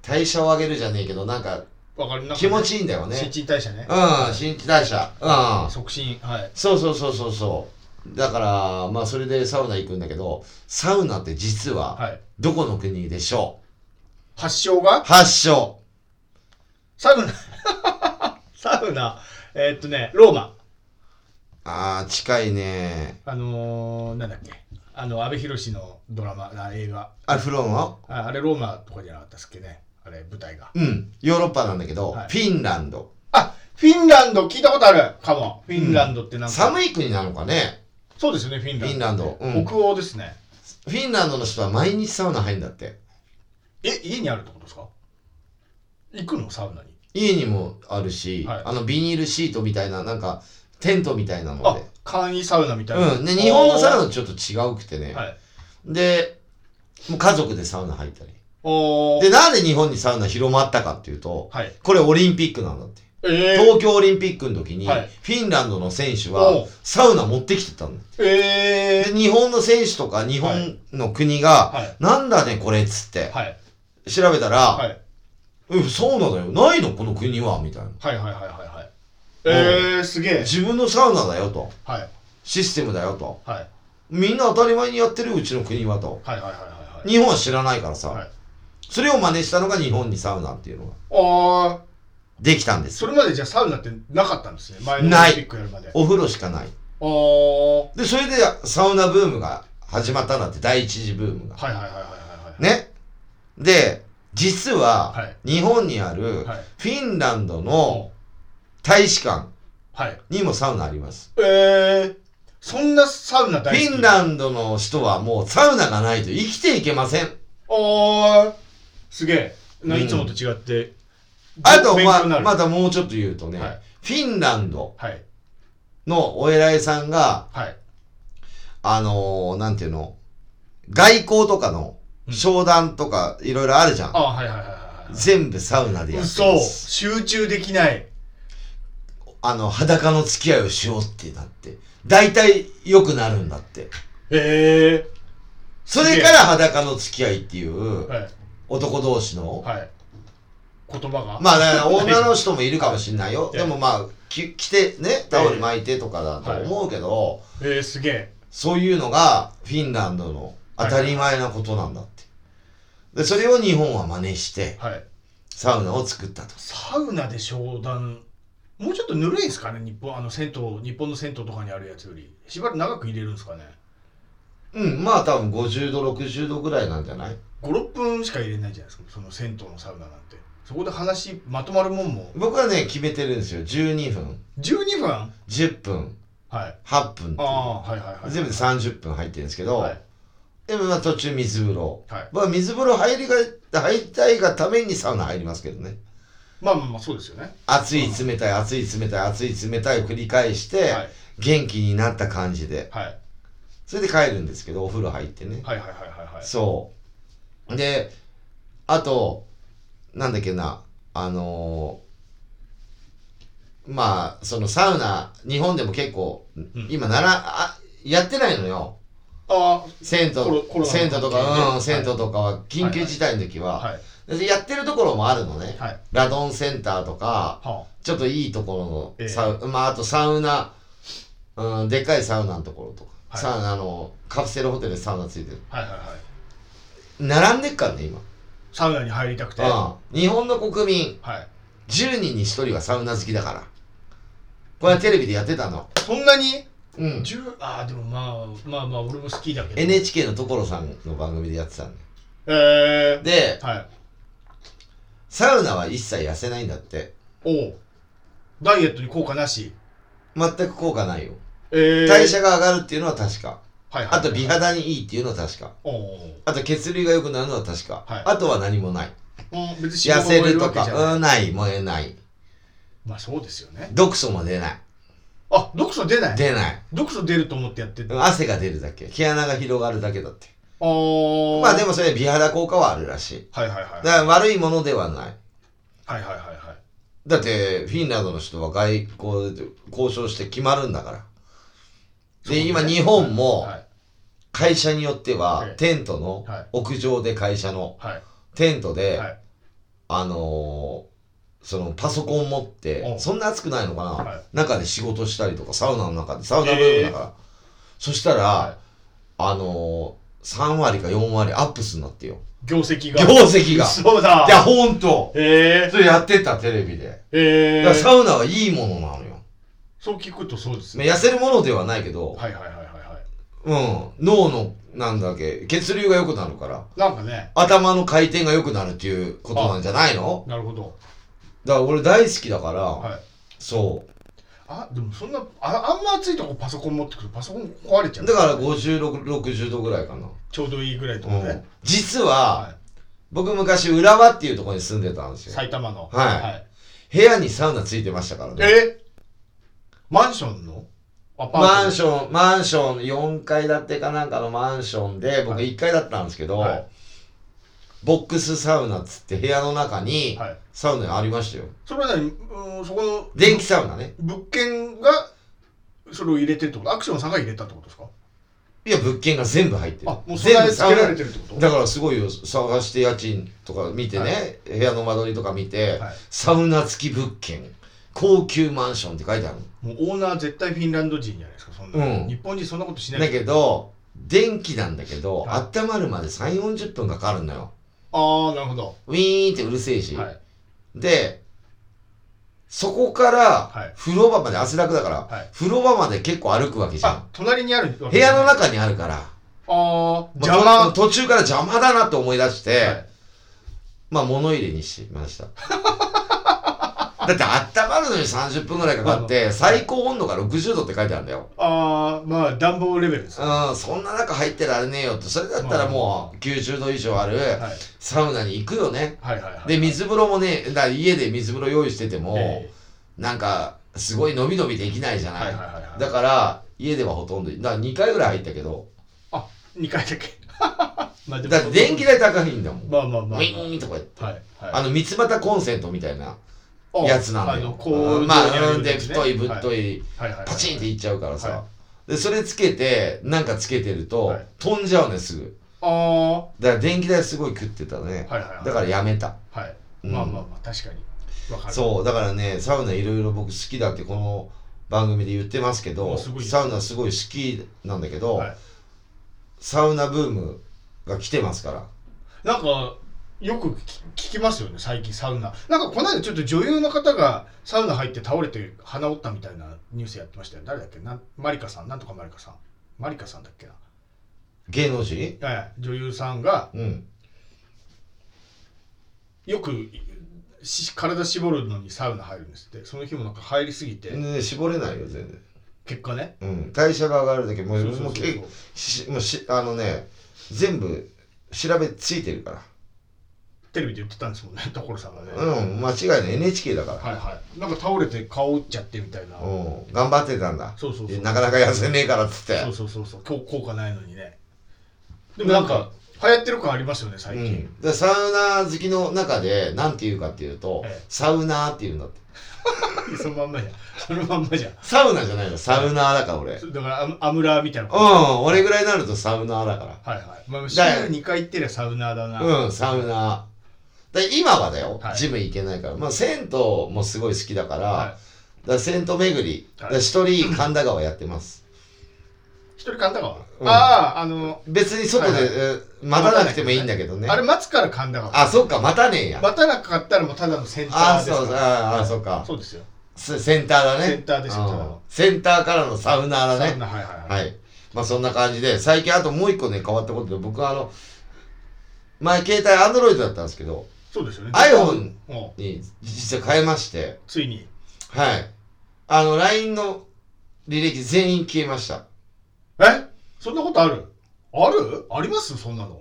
Speaker 1: 代謝を上げるじゃねえけど、なんか
Speaker 2: わかるなんか
Speaker 1: 気持ちいいんだよね
Speaker 2: 新陳代謝ね
Speaker 1: うん新陳代謝うん
Speaker 2: 促進はい
Speaker 1: そうそうそうそうそうだからまあそれでサウナ行くんだけどサウナって実
Speaker 2: は
Speaker 1: はいどこの国でしょ
Speaker 2: 発祥が
Speaker 1: う発祥
Speaker 2: サウナ サウナえーっとねローマ
Speaker 1: ああ近いね
Speaker 2: あのー、なんだっけあの阿部寛のドラマあ映画
Speaker 1: あフロンは
Speaker 2: ああれローマとかじゃなかったっすっけねあれ舞台が
Speaker 1: うんヨーロッパなんだけど、
Speaker 2: はい
Speaker 1: フィンランド
Speaker 2: あフィンランド聞いたことあるかもフィンランドってなんか、
Speaker 1: 寒い国なのかね
Speaker 2: そうですよねフィンラン
Speaker 1: フ
Speaker 2: ド
Speaker 1: ィンランドうん
Speaker 2: 北欧ですね
Speaker 1: フィンランドの人は毎日サウナ入るんだって
Speaker 2: え家にあるってことですか行くのサウナに
Speaker 1: 家にもあるし、
Speaker 2: はい
Speaker 1: あのビニールシートみたいななんかテントみたいなの
Speaker 2: あ
Speaker 1: で
Speaker 2: 簡易サウナみたいな
Speaker 1: うん、で日本のサウナ
Speaker 2: ナ
Speaker 1: とちょっと違うくてね、
Speaker 2: はい
Speaker 1: でもう家族でサウナ入ったり
Speaker 2: おー
Speaker 1: でなんで日本にサウナ広まったかっていうと
Speaker 2: はい
Speaker 1: これオリンピックなんだって
Speaker 2: えー、
Speaker 1: 東京オリンピックの時に、
Speaker 2: はい
Speaker 1: フィンランドの選手
Speaker 2: お
Speaker 1: は
Speaker 2: う
Speaker 1: サウナ持ってきてたの
Speaker 2: え
Speaker 1: で日本の選手とか日本の国が、
Speaker 2: はい
Speaker 1: なんだねこれっつって
Speaker 2: ー、はい
Speaker 1: 調べたら、
Speaker 2: はい
Speaker 1: うんそうなのよないのこの国はみたいな
Speaker 2: はいはいはいはいはいえー、すげえ
Speaker 1: 自分のサウナだよと
Speaker 2: はい
Speaker 1: システムだよと
Speaker 2: はい
Speaker 1: みんな当たり前にやってるうちの国はと
Speaker 2: はいはいはいはいはい
Speaker 1: 日本は知らないからさ、
Speaker 2: はい
Speaker 1: それを真似したのが日本にサウナっていうのが
Speaker 2: ああ
Speaker 1: できたんです
Speaker 2: そ
Speaker 1: よ
Speaker 2: れまでじゃあサウナってなかったんですね前のオ
Speaker 1: ない
Speaker 2: リンピックやるまであ
Speaker 1: お風呂しかない
Speaker 2: あー
Speaker 1: でそれでサウナブームが始まったんだって第一次ブームが
Speaker 2: はいはいはいはいはいはい
Speaker 1: ねで実
Speaker 2: は
Speaker 1: はい日本にある
Speaker 2: はい
Speaker 1: フィンランドの大使館
Speaker 2: はい
Speaker 1: にもサウナあります
Speaker 2: えー、そんなサウナ
Speaker 1: フ
Speaker 2: 大好き
Speaker 1: ィンランドの人はもうサウナがないと生きていけません
Speaker 2: あーすげえな、
Speaker 1: うん
Speaker 2: いつもと違って
Speaker 1: あと
Speaker 2: 勉
Speaker 1: ま
Speaker 2: 強になる
Speaker 1: またもうちょっと言うとね、
Speaker 2: はい
Speaker 1: フィンランド
Speaker 2: はい
Speaker 1: のお偉いさんが
Speaker 2: はい
Speaker 1: あのー、なんていうの外交とかの
Speaker 2: うん
Speaker 1: 商談とかいろいろあるじゃん、
Speaker 2: あーはいはいはいはいはい
Speaker 1: 全部サウナでやって
Speaker 2: 嘘
Speaker 1: ます
Speaker 2: 集中できない
Speaker 1: あの裸の付き合いをしようってなって大体良くなるんだって
Speaker 2: え
Speaker 1: それから裸の付き合いってい
Speaker 2: え
Speaker 1: う
Speaker 2: はい
Speaker 1: 男同士の、
Speaker 2: はい言葉が
Speaker 1: まあだから女の人もいるかもしんない よ
Speaker 2: はい
Speaker 1: でもまあき着てねタオル巻いてとかだと思うけど、
Speaker 2: えー、すげえ
Speaker 1: そういうのがフィンランドの当たり前なことなんだって。で、それを日本は真似して、
Speaker 2: はい
Speaker 1: サウナを作ったと。
Speaker 2: サウナで商談もうちょっとぬるいですかね日本あの銭湯日本の銭湯とかにあるやつよりしばらく長く入れるんですかね
Speaker 1: うん、まあ多分50度、60度ぐらいなんじゃない
Speaker 2: 56分しか入れないじゃないですかその銭湯のサウナなんてそこで話まとまるもんも
Speaker 1: 僕はね、決めてるんですよ。12分、
Speaker 2: 12分はい
Speaker 1: 10分、
Speaker 2: あ
Speaker 1: 8分っていう
Speaker 2: あーはいはいはい
Speaker 1: 全部で30分入ってるんですけど、
Speaker 2: はい
Speaker 1: でもまあ途中水風呂。
Speaker 2: はい
Speaker 1: まあ水風呂入りが、入りたいがためにサウナ入りますけどね。
Speaker 2: まあまあまあそうですよね
Speaker 1: 熱い冷たい、熱い冷たい、熱い冷たいを繰り返して、
Speaker 2: はい
Speaker 1: 元気になった感じで。
Speaker 2: はい
Speaker 1: それで帰るんですけど、お風呂入ってね。
Speaker 2: はいはいはいはいはい
Speaker 1: そう。で、あと、なんだっけな、あのーまあ、そのサウナ、日本でも結構、今なら、あ、やってないのよ。
Speaker 2: あ
Speaker 1: 銭湯、
Speaker 2: コロコロナの
Speaker 1: 銭湯と
Speaker 2: 関係
Speaker 1: か、
Speaker 2: で
Speaker 1: うん、銭湯とかは、緊急事態の時
Speaker 2: あ
Speaker 1: は、
Speaker 2: はい
Speaker 1: でやってるところもあるのね。
Speaker 2: はい
Speaker 1: ラドンセンターとか、
Speaker 2: は
Speaker 1: ちょっといいところ
Speaker 2: ええ
Speaker 1: のサウ、まあ、あとサウナ、うん、でっかいサウナのところとか、
Speaker 2: はい
Speaker 1: サウナあの、カプセルホテルでサウナついてる。
Speaker 2: あはいはいはい
Speaker 1: 並んでっからね、今。
Speaker 2: サウナに入りたくては
Speaker 1: うん、日本の国民
Speaker 2: い
Speaker 1: 10人に1人はサウナ好きだからこれはテレビでやってたの、
Speaker 2: そんなに
Speaker 1: うん、
Speaker 2: 10ああでもまあまあまあ俺も好きだけど
Speaker 1: NHK の所さんの番組でやってたん
Speaker 2: ええ
Speaker 1: で
Speaker 2: はい
Speaker 1: サウナは一切痩せないんだって
Speaker 2: おうダイエットに効果なし
Speaker 1: 全く効果ないよ
Speaker 2: ええ
Speaker 1: 代謝が上がるっていうのは確か
Speaker 2: はいはい
Speaker 1: あと美肌にいいっていうのは確か
Speaker 2: おう
Speaker 1: あと血流が良くなるのは確か、
Speaker 2: はい
Speaker 1: あとは何もない
Speaker 2: うん別に
Speaker 1: 痩せると
Speaker 2: 脂肪が燃えわけじゃ
Speaker 1: か
Speaker 2: ない
Speaker 1: うんない燃えない
Speaker 2: まあそうですよね
Speaker 1: 毒素も出ない
Speaker 2: あ毒素出ない
Speaker 1: 出ない
Speaker 2: 毒素出ると思ってやって
Speaker 1: う
Speaker 2: る
Speaker 1: ん汗が出るだけ毛穴が広がるだけだって
Speaker 2: おお
Speaker 1: まあでもそれ美肌効果はあるらしい
Speaker 2: はいはいは
Speaker 1: だ
Speaker 2: い
Speaker 1: から悪いものではない
Speaker 2: はいはいはいはい
Speaker 1: だってフィンランドの人は外交で交渉して決まるんだから
Speaker 2: そう
Speaker 1: で
Speaker 2: ね
Speaker 1: 今日本も
Speaker 2: はい
Speaker 1: 会社によって
Speaker 2: え
Speaker 1: は
Speaker 2: え
Speaker 1: テントの
Speaker 2: はい
Speaker 1: 屋上で会社の
Speaker 2: はい
Speaker 1: テントで
Speaker 2: はい
Speaker 1: あのそのパソコン持って
Speaker 2: う、ん
Speaker 1: そんな暑くないのかな、
Speaker 2: はい
Speaker 1: 中で仕事したりとか、サウナの中で、サウナブームだから。そしたら、
Speaker 2: は
Speaker 1: あのー、3割か4割アップすんなってよ。
Speaker 2: 業績が。
Speaker 1: 業績が。い
Speaker 2: そうだ。
Speaker 1: や、ほんと。
Speaker 2: え
Speaker 1: それやってた、テレビで。
Speaker 2: ええ
Speaker 1: だか
Speaker 2: え
Speaker 1: らサウナはいいものなのよ。
Speaker 2: そう聞くとそうです
Speaker 1: まあ
Speaker 2: ね。
Speaker 1: 痩せるものではないけど、
Speaker 2: はいはいはいはいは
Speaker 1: うん、脳の、なんだっけ、血流が良くなるから、
Speaker 2: い。なんかね、
Speaker 1: 頭の回転が良くなるっていうことなんじゃないの
Speaker 2: なるほど。
Speaker 1: だから俺大好きだから、
Speaker 2: はい。
Speaker 1: そ
Speaker 2: あ、でもそんな、ああんま暑いとこパソコン持ってくるとパソコン壊れちゃ
Speaker 1: う。
Speaker 2: う。
Speaker 1: だから56、60度ぐらいかな。
Speaker 2: ちょうどいいぐらいとか
Speaker 1: う
Speaker 2: ね
Speaker 1: ん。、実は、
Speaker 2: は
Speaker 1: 僕昔浦和っていうところに住んでたんです
Speaker 2: い。
Speaker 1: よ
Speaker 2: 埼玉の。
Speaker 1: はい部屋にサウナついてましたからね
Speaker 2: えマンションのアパート
Speaker 1: マンションマンション4階建てかなんかのマンションで僕
Speaker 2: はい
Speaker 1: 1階だったんですけど、
Speaker 2: はい
Speaker 1: ボックスサウナっつって部屋の中に
Speaker 2: はい。
Speaker 1: サウナありましたよ
Speaker 2: それは何うんそこの
Speaker 1: 電気サウナね
Speaker 2: 物件がそれを入れてるってことアクションさんが入れたってことですか
Speaker 1: いや物件が全部入ってる
Speaker 2: あもうそれ
Speaker 1: 全部
Speaker 2: つけられてるってこと
Speaker 1: だからすごいよ探して家賃とか見てね、部屋の間取りとか見て、
Speaker 2: はい
Speaker 1: サウナ付き物件高級マンションって書いてあるの
Speaker 2: もうオーナー絶対フィンランド人じゃないですかそんな、
Speaker 1: うん
Speaker 2: 日本人そんなことしない
Speaker 1: だけど電気なんだけど、
Speaker 2: は
Speaker 1: 温まるまで3 4 0分かかるのよ
Speaker 2: ああなるほど
Speaker 1: ウィーンってうるせえし、
Speaker 2: はい
Speaker 1: でそこから
Speaker 2: はい
Speaker 1: 風呂場まで汗だくだから、
Speaker 2: はい
Speaker 1: 風呂場まで結構歩くわけじゃ
Speaker 2: あ
Speaker 1: ん
Speaker 2: 隣にある部
Speaker 1: 部屋の中にあるから
Speaker 2: ああ
Speaker 1: まあ
Speaker 2: 邪魔、
Speaker 1: と途中から邪魔だなって思い出して、
Speaker 2: はい
Speaker 1: まあ物入れにしました だって温まるのに30分ぐらいかかって最高温度が60度って書いてあるんだよ
Speaker 2: ああまあ暖房レベルですは
Speaker 1: うん、そんな中入ってられねえよって、それだったらもう90度以上ある
Speaker 2: いはい
Speaker 1: サウナに行くよね。
Speaker 2: はいはい
Speaker 1: で、水風呂もね、だから家で水風呂用意してても、
Speaker 2: え
Speaker 1: なんか、すごい伸び伸びできないじゃ
Speaker 2: え
Speaker 1: な
Speaker 2: はい
Speaker 1: い。
Speaker 2: はいはいはい
Speaker 1: だから、家ではほとんど、だから2回ぐらい入ったけど、
Speaker 2: あ二2回だけ まあでも
Speaker 1: だって電気代高いんだもん。
Speaker 2: まあまあまあ、まあ、
Speaker 1: ウィーンとか言って。
Speaker 2: はいはい
Speaker 1: あの、三つ股コンセントみたいな
Speaker 2: あ
Speaker 1: やつなんだ
Speaker 2: あの
Speaker 1: よ。
Speaker 2: こう、
Speaker 1: うんま
Speaker 2: 上に
Speaker 1: あ、
Speaker 2: 上
Speaker 1: う
Speaker 2: げ
Speaker 1: ん
Speaker 2: る
Speaker 1: で、
Speaker 2: やつね
Speaker 1: 太いぶっと、
Speaker 2: はいはいはいはい、
Speaker 1: パチンっていっちゃうからさ。
Speaker 2: は
Speaker 1: で、それつけて、なんかつけてると、
Speaker 2: はい
Speaker 1: 飛んじゃうね、すぐ。
Speaker 2: ああは
Speaker 1: だから電気代すごい食ってたね
Speaker 2: い。はいはい
Speaker 1: だからやめた。
Speaker 2: はい、
Speaker 1: うん
Speaker 2: まあまあまあ確かにわかる
Speaker 1: そう、だからね、サウナいろいろ僕好きだってこの番組で言ってますけど、
Speaker 2: おすごい
Speaker 1: サウナすごい好きなんだけど、
Speaker 2: はい、
Speaker 1: サウナブームが来てますから。
Speaker 2: なんかよく聞き聞きますよね最近サウナなんかこの間ちょっと女優の方がサウナ入って倒れて鼻折ったみたいなニュースやってましたよ誰だっけなんマリカさんなんとかマリカさんマリカさんだっけな
Speaker 1: 芸能人
Speaker 2: ええ女優さんが
Speaker 1: うん。
Speaker 2: よくし体絞るのにサウナ入るんですってその日もなんか入りすぎて、
Speaker 1: ね、絞れないよ、全然。
Speaker 2: 結果ね
Speaker 1: うん。代謝が上がるだけ、もう、
Speaker 2: そうそうそうそう
Speaker 1: もうけしもうし、あのね、全部調べついてるか
Speaker 2: テレビで言ってたんですもんね所さんがね、
Speaker 1: ら。うん、間違いない。NHK だから。
Speaker 2: はいはいなんか倒れて顔打っちゃってみたいな、
Speaker 1: うん。頑張ってたんだ。
Speaker 2: そうそうそう
Speaker 1: なかなか痩せねえからっつって。
Speaker 2: そうそうそうそう今日効果ないのにねでもな
Speaker 1: なん
Speaker 2: んか流行ってる感ありますよね最
Speaker 1: う
Speaker 2: 近、
Speaker 1: ん、でサウナ好きの中で何て言うかっていうと、
Speaker 2: ええ
Speaker 1: サウナーっていうんだって
Speaker 2: そのまんまじゃんそのまんまじゃん
Speaker 1: サウナじゃないのサウナーだから俺う
Speaker 2: だからアムアムラーみたいなこと
Speaker 1: ん俺ぐらいになるとサウナーだか
Speaker 2: はいはい、まあ、週
Speaker 1: だよ
Speaker 2: 2回行ってりゃサウナーだな、
Speaker 1: らうんサウナーで今はだよ、
Speaker 2: はい
Speaker 1: ジム行けないから、まあ、銭湯もすごい好きだから,、
Speaker 2: は
Speaker 1: だから銭湯巡りだから一、人神田川やって ます
Speaker 2: い、一人神田川、
Speaker 1: うん
Speaker 2: あああの
Speaker 1: 別に外で、
Speaker 2: はいはい
Speaker 1: えー待たなくてもいいんだけどね
Speaker 2: あれ待つから神田川
Speaker 1: あそっか待たねえや、
Speaker 2: 待たなかったらもうただのセンター
Speaker 1: あ
Speaker 2: です
Speaker 1: そう
Speaker 2: か
Speaker 1: そう
Speaker 2: ら
Speaker 1: ああそっか
Speaker 2: そうですよ
Speaker 1: セセンターだね
Speaker 2: センターですよた
Speaker 1: う
Speaker 2: だ
Speaker 1: ん
Speaker 2: の
Speaker 1: センターからのサウナーだ
Speaker 2: サ
Speaker 1: ね
Speaker 2: ウナはいはい
Speaker 1: はい。まあそんな感じで、最近あともう一個ね、変わったことで、僕はあの、前携帯 Android だったんですけど、
Speaker 2: そうですよね
Speaker 1: iPhone
Speaker 2: もう
Speaker 1: に実際変えまして、
Speaker 2: ついに
Speaker 1: はい。あの、LINE の履歴全員消えました。
Speaker 2: えそんなことあるあるありますそんなの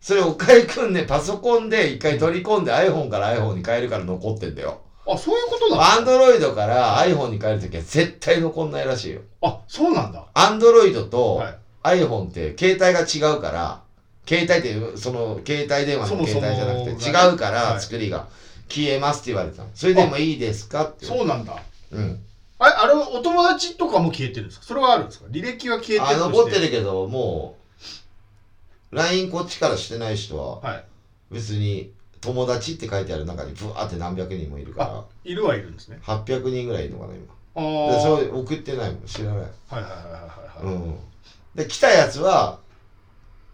Speaker 1: それ、岡井くんね、パソコンで一回取り込んで iPhone から iPhone に変えるから残ってんだよ。
Speaker 2: あそういうことなの
Speaker 1: Android から iPhone に変えるときは絶対残んないらしいよ。
Speaker 2: あそうなんだ
Speaker 1: Android と
Speaker 2: はい
Speaker 1: iPhone って携帯が違うから、携帯って、その、携帯電話の携帯じゃな
Speaker 2: そも
Speaker 1: く
Speaker 2: そ
Speaker 1: て、
Speaker 2: も
Speaker 1: 違うか
Speaker 2: は
Speaker 1: ら、
Speaker 2: い
Speaker 1: 作りが消えますって言われてたの。それでもいいですかって言わ
Speaker 2: そうなんだ
Speaker 1: れて。うん。
Speaker 2: あれ、あれお友達とかも消えてるんですかそれはあるんですか履歴は消えて
Speaker 1: あ、
Speaker 2: るとして
Speaker 1: 残ってるけど、もう、LINE こっちからしてない人は、
Speaker 2: はい。
Speaker 1: 別に、友達って書いてある中にブワーって何百人もいるか
Speaker 2: いるはいるんですね。
Speaker 1: ら800人ぐらいいるのかな今
Speaker 2: ああ。
Speaker 1: でそ
Speaker 2: はい
Speaker 1: れ送ってないもん知らない、
Speaker 2: はいはいはいは
Speaker 1: う
Speaker 2: い。
Speaker 1: ん、で来たやつは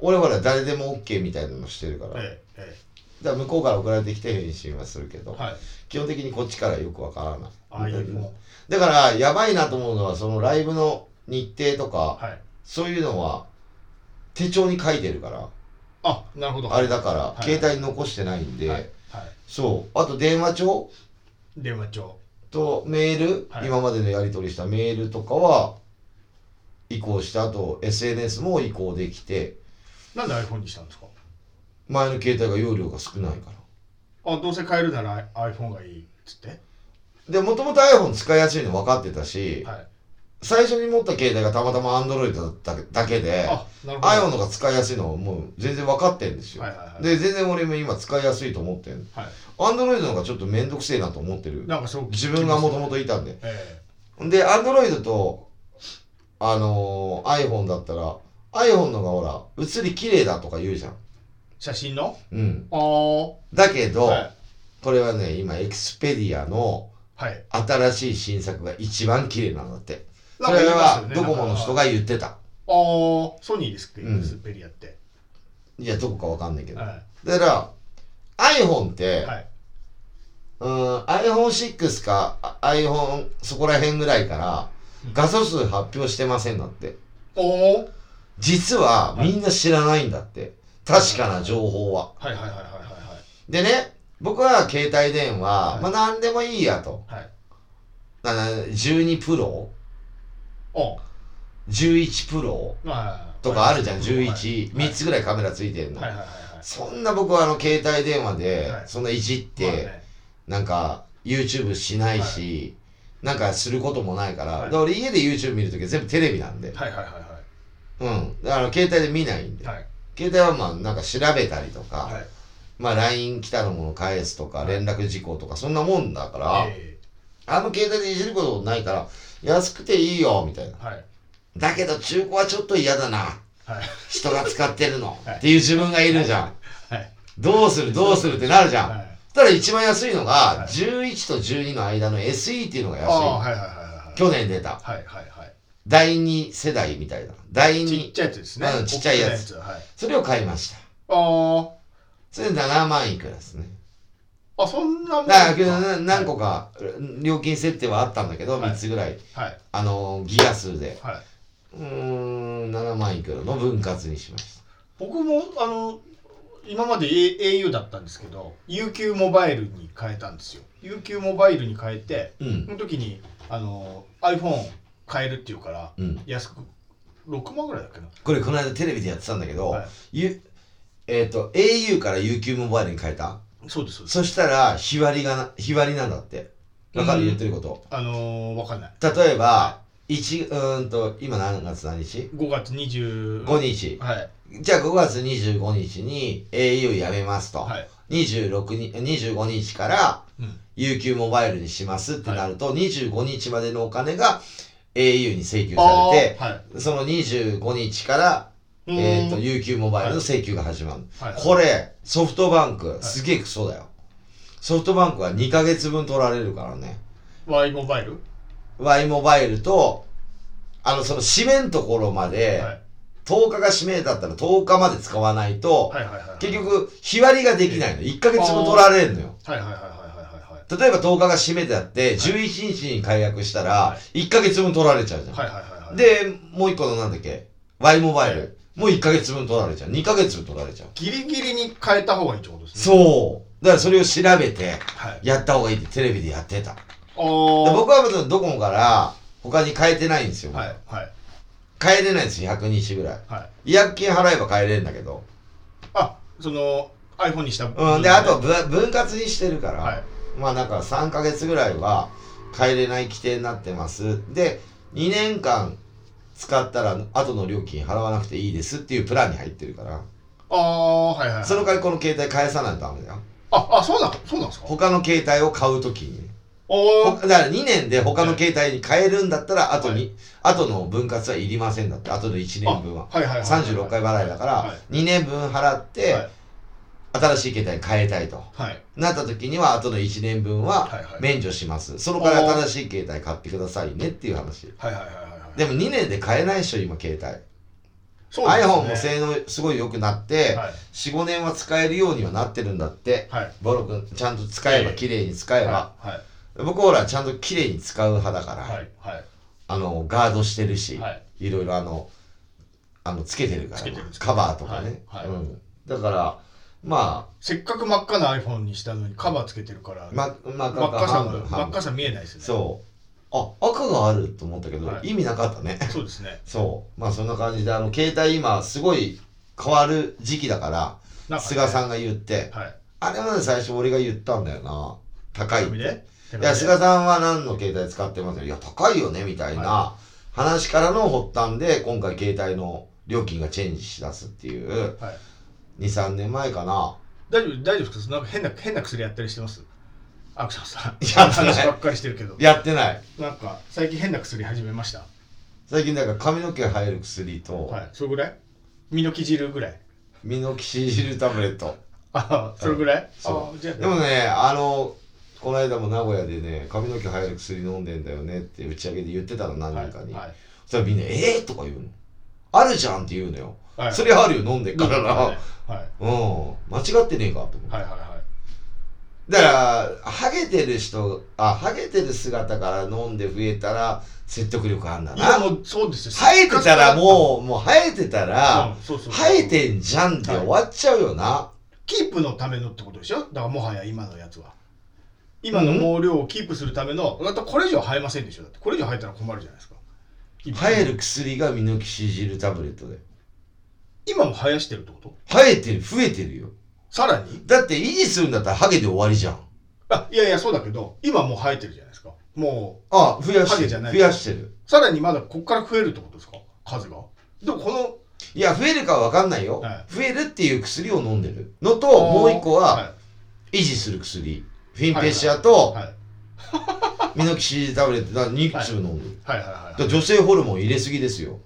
Speaker 1: 俺ほら誰でも OK みたいなのしてるから、
Speaker 2: えええ
Speaker 1: だから向こうから送られてきて返信はするけど、
Speaker 2: え。はい。
Speaker 1: 基本的にこっちからよくわからない
Speaker 2: ああいうも
Speaker 1: だからやばいなと思うのはそのライブの日程とか、
Speaker 2: う。はい。
Speaker 1: そういうのは手帳に書いてるから
Speaker 2: あ、なるほど。
Speaker 1: あれだから、
Speaker 2: はい
Speaker 1: 携帯に残してないんで、
Speaker 2: はい。はい。
Speaker 1: そうあと電話帳
Speaker 2: 電話帳。
Speaker 1: とメール、
Speaker 2: はい
Speaker 1: 今までのやり取りしたメールとかは移行してあと SNS も移行できて
Speaker 2: なんで iPhone にしたんですか
Speaker 1: 前の携帯が容量が少ないから
Speaker 2: あ、どうせ変えるなら iPhone がいいっつって。
Speaker 1: でもともと iPhone 使いやすいの分かってたし、
Speaker 2: はい。
Speaker 1: 最初に持った携帯がたまたま Android だっただけで
Speaker 2: あ、なるほど。
Speaker 1: iPhone の方が使いやすいのはもう全然分かってんですよ、
Speaker 2: はいはいはい
Speaker 1: で全然俺も今使いやすいと思ってん
Speaker 2: は
Speaker 1: Android の方がちょっと面倒くせえなと思ってる
Speaker 2: い。なんかそう。
Speaker 1: 自分がもともといたんで
Speaker 2: え
Speaker 1: で Android とあのー iPhone だったら iPhone のがほら写り綺麗だとか言うじゃん
Speaker 2: え。写真の
Speaker 1: うん
Speaker 2: ああ。
Speaker 1: だけど、
Speaker 2: はい。
Speaker 1: これはね今 Expedia の
Speaker 2: はい。
Speaker 1: 新しい新作が一番綺麗なんだって
Speaker 2: な
Speaker 1: そ
Speaker 2: んか
Speaker 1: れ
Speaker 2: 言いますよ
Speaker 1: は
Speaker 2: ね
Speaker 1: ドコモの人。
Speaker 2: なん
Speaker 1: が
Speaker 2: か
Speaker 1: 言ってた
Speaker 2: ああ、ソニーですっけ
Speaker 1: うん
Speaker 2: スペリアって。
Speaker 1: いやどこかわかんないけど
Speaker 2: は
Speaker 1: だから iPhone って、
Speaker 2: い。はい。
Speaker 1: うーん iPhone6 かあ iPhone そこら辺ぐらいから
Speaker 2: うん
Speaker 1: 画素数発表してませんだって
Speaker 2: おお。
Speaker 1: 実は
Speaker 2: はい
Speaker 1: みんな知らないんだって確かな情報は
Speaker 2: はいはいはいはいはい
Speaker 1: でね僕は携帯電話、
Speaker 2: はい
Speaker 1: まあ何でもいいやと
Speaker 2: はい。はい。
Speaker 1: なな12プロ
Speaker 2: お
Speaker 1: 11プロ
Speaker 2: まあ。
Speaker 1: とかあるじゃん
Speaker 2: はい
Speaker 1: 113
Speaker 2: はい
Speaker 1: つぐらいカメラついてんの、
Speaker 2: はいはいはいはい。
Speaker 1: そんな僕はあの携帯電話で
Speaker 2: はい
Speaker 1: そんないじって、
Speaker 2: まあね
Speaker 1: なんか YouTube しないし、なんかすることもないから、
Speaker 2: はい
Speaker 1: で俺家で YouTube 見るときは全部テレビなんで、
Speaker 2: はいはいは
Speaker 1: うんだから携帯で見ないんで、
Speaker 2: いはい。はい。
Speaker 1: 携帯はまあなんか調べたりとか、
Speaker 2: はい。
Speaker 1: まあ LINE 来たのもの返すとか連絡事項とかそんなもんだから、
Speaker 2: え
Speaker 1: あの携帯でいじることないから安くていいよみたいな
Speaker 2: えはい。
Speaker 1: だけど中古はちょっと嫌だな
Speaker 2: はい。
Speaker 1: 人が使ってるの、
Speaker 2: はい
Speaker 1: っていう自分がいるじゃん、
Speaker 2: はい。
Speaker 1: どうするどうするってなるじゃん、
Speaker 2: はい
Speaker 1: そしたら一番安いのが、
Speaker 2: い
Speaker 1: 11と12の間の SE っていうのが
Speaker 2: あ
Speaker 1: 安い
Speaker 2: あ、はいはいはいはい。
Speaker 1: 去年出た
Speaker 2: はいはいはい。
Speaker 1: 第2世代みたいな第
Speaker 2: ちっ
Speaker 1: 2
Speaker 2: ちゃいやつですね
Speaker 1: うん。ちっちゃいやつ
Speaker 2: 大きなはい。
Speaker 1: それを買いました
Speaker 2: あ
Speaker 1: それで7万いくらですね
Speaker 2: あ。あ、そんなもん
Speaker 1: だからけど
Speaker 2: は
Speaker 1: な何個か料金設定はあったんだけど
Speaker 2: はい
Speaker 1: 3つぐらい、
Speaker 2: い。
Speaker 1: あのギア数で
Speaker 2: はい。
Speaker 1: うーん7万いくらの分割にしました
Speaker 2: 僕も、あの、今まで A- au だったんですけど、UQ モバイルに変えたんですよ。UQ モバイルに変えて、
Speaker 1: うん
Speaker 2: その時に、あの、iPhone 変えるっていうから、
Speaker 1: うん
Speaker 2: 安く、6万ぐらいだっけな。
Speaker 1: これこの間テレビでやってたんだけど、
Speaker 2: はい
Speaker 1: ゆえっ、と au から UQ モバイルに変えた
Speaker 2: そうです、そうです。
Speaker 1: そしたら日割りがな日割りなんだってわかる
Speaker 2: うん
Speaker 1: 言ってること
Speaker 2: あのー、わかんない。
Speaker 1: 例えば1うーんと今何月何日
Speaker 2: 5月25
Speaker 1: ?5 日
Speaker 2: はい。
Speaker 1: じゃあ5月25日に au やめますと、
Speaker 2: はい。
Speaker 1: 26に25日から
Speaker 2: うん。
Speaker 1: UQ モバイルにしますってなると、25日までのお金が au に請求
Speaker 2: あ
Speaker 1: さ
Speaker 2: ー
Speaker 1: れて
Speaker 2: はい。
Speaker 1: その25日から
Speaker 2: うーん
Speaker 1: えー、と UQ モバイルの請求が始まる、
Speaker 2: はい
Speaker 1: これソフトバンクすげえクソだよ、ソフトバンクは2ヶ月分取られるからね
Speaker 2: Y モバイル
Speaker 1: Y モバイルとあのその締めんところまで、
Speaker 2: はい
Speaker 1: 10日が締めだったら10日まで使わないと、
Speaker 2: はいはいはい。
Speaker 1: 結、局日割りができないの1ヶ月分取られるのよ
Speaker 2: はいはいはいはいはいはい。
Speaker 1: 例えば10日が締めであって11日に解約したら
Speaker 2: は
Speaker 1: 1ヶ月分取られちゃうじゃん、
Speaker 2: はいはいはいはい。、
Speaker 1: でもう1個のなんだっけ Y モバイル、
Speaker 2: はい
Speaker 1: もう1ヶ月分取られちゃう2ヶ月分取られちゃう
Speaker 2: ギリギリに変えた方がいいってことですね。
Speaker 1: そう。だからそれを調べて、
Speaker 2: はい。
Speaker 1: やった方がいいってテレビでやってた。で
Speaker 2: おー。
Speaker 1: 僕はまだドコモから他に変えてないんですよ。
Speaker 2: はいはい
Speaker 1: 変えれないんですよ、100日ぐらい。
Speaker 2: はい。
Speaker 1: 違約金払えば変えれるんだけど。
Speaker 2: あ、その iPhone にした。
Speaker 1: うん。で、
Speaker 2: はい
Speaker 1: あとは分分割にしてるから、
Speaker 2: はい
Speaker 1: まあだから3ヶ月ぐらいは変えれない規定になってます。で、2年間使ったら後の料金払わなくていいですっていうプランに入ってるから、
Speaker 2: あーはいはい。
Speaker 1: その代わりこの携帯返さないとダメだよ。
Speaker 2: ああそうなんそうなんですか。
Speaker 1: 他の携帯を買うときに。
Speaker 2: お
Speaker 1: ほ
Speaker 2: ー。
Speaker 1: だから2年で他の携帯に変えるんだったら、あと
Speaker 2: は
Speaker 1: に、後の分割はいりませんだって、後の1年分は。
Speaker 2: あはいはいはいはい
Speaker 1: 36回払いだから、2年分払って、
Speaker 2: はい
Speaker 1: 新しい携帯に変えたいと。
Speaker 2: はい。
Speaker 1: なった時には、後の1年分は
Speaker 2: はいはい
Speaker 1: 免除します。そのから新しい携帯買ってくださいねっていう話。
Speaker 2: はいはいはいはいはい。
Speaker 1: でも2年で買えないでしょ、今携帯。
Speaker 2: そうですね
Speaker 1: iPhone も性能すごい良くなって、
Speaker 2: はい
Speaker 1: 4、5年は使えるようにはなってるんだって。
Speaker 2: はい。
Speaker 1: ボロ君、ちゃんと使えば、
Speaker 2: ええ
Speaker 1: 綺麗に使えば。
Speaker 2: はい。
Speaker 1: 僕ほら、ちゃんと綺麗に使う派だから、
Speaker 2: はい。はい。
Speaker 1: あの、ガードしてるし、、
Speaker 2: はい
Speaker 1: ろいろあの、あの、つけてるから
Speaker 2: つけてるんです、か
Speaker 1: カバーとかね。
Speaker 2: はいはい
Speaker 1: うん。だから、ま
Speaker 2: せっかく真っ赤な iPhone にしたのにカバーつけてるから、
Speaker 1: あ、ま、まあ、
Speaker 2: 真っ赤さ
Speaker 1: 半分
Speaker 2: の真っ赤さ見えないですね。
Speaker 1: そう。あ、赤があると思ったけど、
Speaker 2: はい
Speaker 1: 意味なかったね。
Speaker 2: そうですね。
Speaker 1: そう。まあそんな感じで、あの、携帯今、すごい変わる時期だか
Speaker 2: な
Speaker 1: ら、
Speaker 2: んかね
Speaker 1: 菅さんが言って、
Speaker 2: はい。
Speaker 1: あれまで最初俺が言ったんだよな。高いっ
Speaker 2: 手紙
Speaker 1: て。
Speaker 2: で手
Speaker 1: い
Speaker 2: 紙で
Speaker 1: や、菅さんは何の携帯使ってますよ。いや、高いよね、みたいな
Speaker 2: は
Speaker 1: 話からの発端で、今回携帯の料金がチェンジしだすっていう、
Speaker 2: はい。
Speaker 1: 2、3年前かな。
Speaker 2: 大丈夫、大丈夫ですかなんか変な、変な薬やったりしてますアクションさん。
Speaker 1: やってない
Speaker 2: 話ばっかりしてるけど。
Speaker 1: やってない。
Speaker 2: なんか、最近変な薬始めました。
Speaker 1: 最近なんか髪の毛生える薬と
Speaker 2: は、い。それぐらい身の生地るぐらい。
Speaker 1: ミノキシジルタブレット。
Speaker 2: ああ、それぐらい
Speaker 1: そ
Speaker 2: ああ
Speaker 1: う
Speaker 2: じゃあ、
Speaker 1: でもねあのこの間も名古屋でね髪の毛生える薬飲んでんだよねって打ち上げで言ってたの何
Speaker 2: はい、
Speaker 1: 人かに、
Speaker 2: はい。
Speaker 1: そしたらみんな「えー!」とか言うの「あるじゃん」って言うのよ、
Speaker 2: はい
Speaker 1: それあるよ飲んでっからな、
Speaker 2: はい。はい。
Speaker 1: うん間違ってねえかと思って
Speaker 2: はいはいはい。
Speaker 1: だからハゲてる人あハゲてる姿から飲んで増えたら説得力あんだ
Speaker 2: い
Speaker 1: な
Speaker 2: やもうそうですよ。
Speaker 1: 生えてたらもうもう生えてたら、
Speaker 2: うんそうそう
Speaker 1: 生えてんじゃんって終わっちゃうよな、
Speaker 2: キープのためのってことでしょだからもはや今のやつは。今の毛量をキープするための、だってこれ以上生えませんでしょだってこれ以上生えたら困るじゃないですか。キープ
Speaker 1: 生える薬がミノキシジルタブレットで
Speaker 2: 今も生やしてるってこと
Speaker 1: 生えてる増えてるよ
Speaker 2: さらに
Speaker 1: だって維持するんだったらハゲで終わりじゃん。
Speaker 2: あ、いやいや、そうだけど、今もう生えてるじゃないですか。も
Speaker 1: あ増やし
Speaker 2: ハ
Speaker 1: て
Speaker 2: ゲじゃ
Speaker 1: る。
Speaker 2: ない
Speaker 1: 増やしてる。
Speaker 2: う、さらにまだこっから増えるってことですか数が。でもこの、
Speaker 1: いや、増えるかは分かんないよ、
Speaker 2: は
Speaker 1: 増えるっていう薬を飲んでる。のと、もう一個は、
Speaker 2: い
Speaker 1: 維持する薬。フィンペシアと
Speaker 2: はい、
Speaker 1: ミノキシジタブレット、だから2粒飲んでる。
Speaker 2: はいはいはい
Speaker 1: だ
Speaker 2: は
Speaker 1: か
Speaker 2: い
Speaker 1: ら女性ホルモン入れすぎですよ。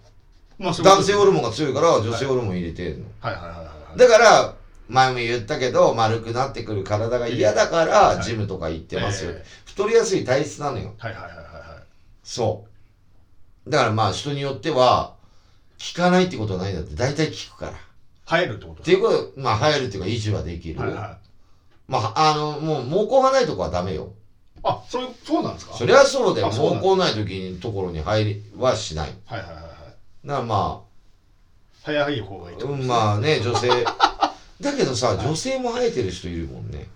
Speaker 2: まあそういう
Speaker 1: 男
Speaker 2: ことです
Speaker 1: 性ホルモンが強いから女性ホルモン入れてるの。
Speaker 2: はいはいはいはい。
Speaker 1: だから、前も言ったけど、丸くなってくる体が嫌だから、
Speaker 2: い
Speaker 1: ジムとか行ってますよ、
Speaker 2: ええ
Speaker 1: 太りやすい体質なのよ。
Speaker 2: はいはいはいはいはい。
Speaker 1: そう。だからまあ人によっては、効かないってことはないんだって、大体効くから。っ
Speaker 2: 生えるってこと
Speaker 1: ていうこと、まあ入るっていうか維持はできる。
Speaker 2: はいはい。
Speaker 1: まあ、あの、もう毛根がないとこはダメよ。
Speaker 2: あ、そういう、そうなんですか
Speaker 1: そりゃそうだよ。
Speaker 2: あそうなんだ
Speaker 1: 毛根ない時のところに入りはしない。
Speaker 2: はいはいはいはい。
Speaker 1: だからま
Speaker 2: 早い方がいい
Speaker 1: あ、
Speaker 2: と
Speaker 1: う
Speaker 2: 思い
Speaker 1: ん、
Speaker 2: ます。
Speaker 1: まあ ね、女性。だけどさ、女性も生えてる人いるもんね。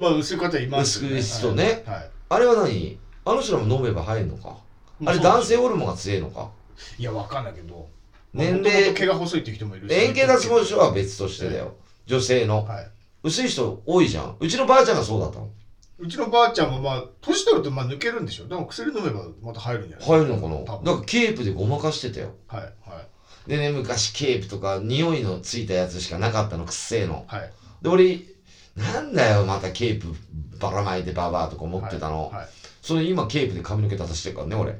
Speaker 2: まあ、薄い方はいますよ
Speaker 1: 薄い人ね
Speaker 2: はい。はい
Speaker 1: あれは何あの人らも飲めば生えるのか。あれ
Speaker 2: そう
Speaker 1: 男性ホルモンが強いのか。
Speaker 2: いや、わかんないけど。
Speaker 1: 年
Speaker 2: まあ元
Speaker 1: 齢
Speaker 2: 々毛が細いっていう人もいるし。
Speaker 1: 円形脱毛症は別としてだよ。女性の。
Speaker 2: はい。
Speaker 1: 薄い人多いじゃん。うちのばあちゃんがそうだったの。
Speaker 2: うちのばあちゃんもまあ、年取るとまあ抜けるんでしょ。でも薬飲めばまた入るんじゃない
Speaker 1: 入るのかな
Speaker 2: 多分
Speaker 1: なんかケープでごまかしてたよ。
Speaker 2: はい。はい。
Speaker 1: でね、昔ケープとか匂いのついたやつしかなかったの、くっせえの。
Speaker 2: はい。
Speaker 1: で、俺、なんだよ、またケープばらまいてババアとか思ってたの。
Speaker 2: はい。
Speaker 1: それ今ケープで髪の毛立たしてるからね、俺。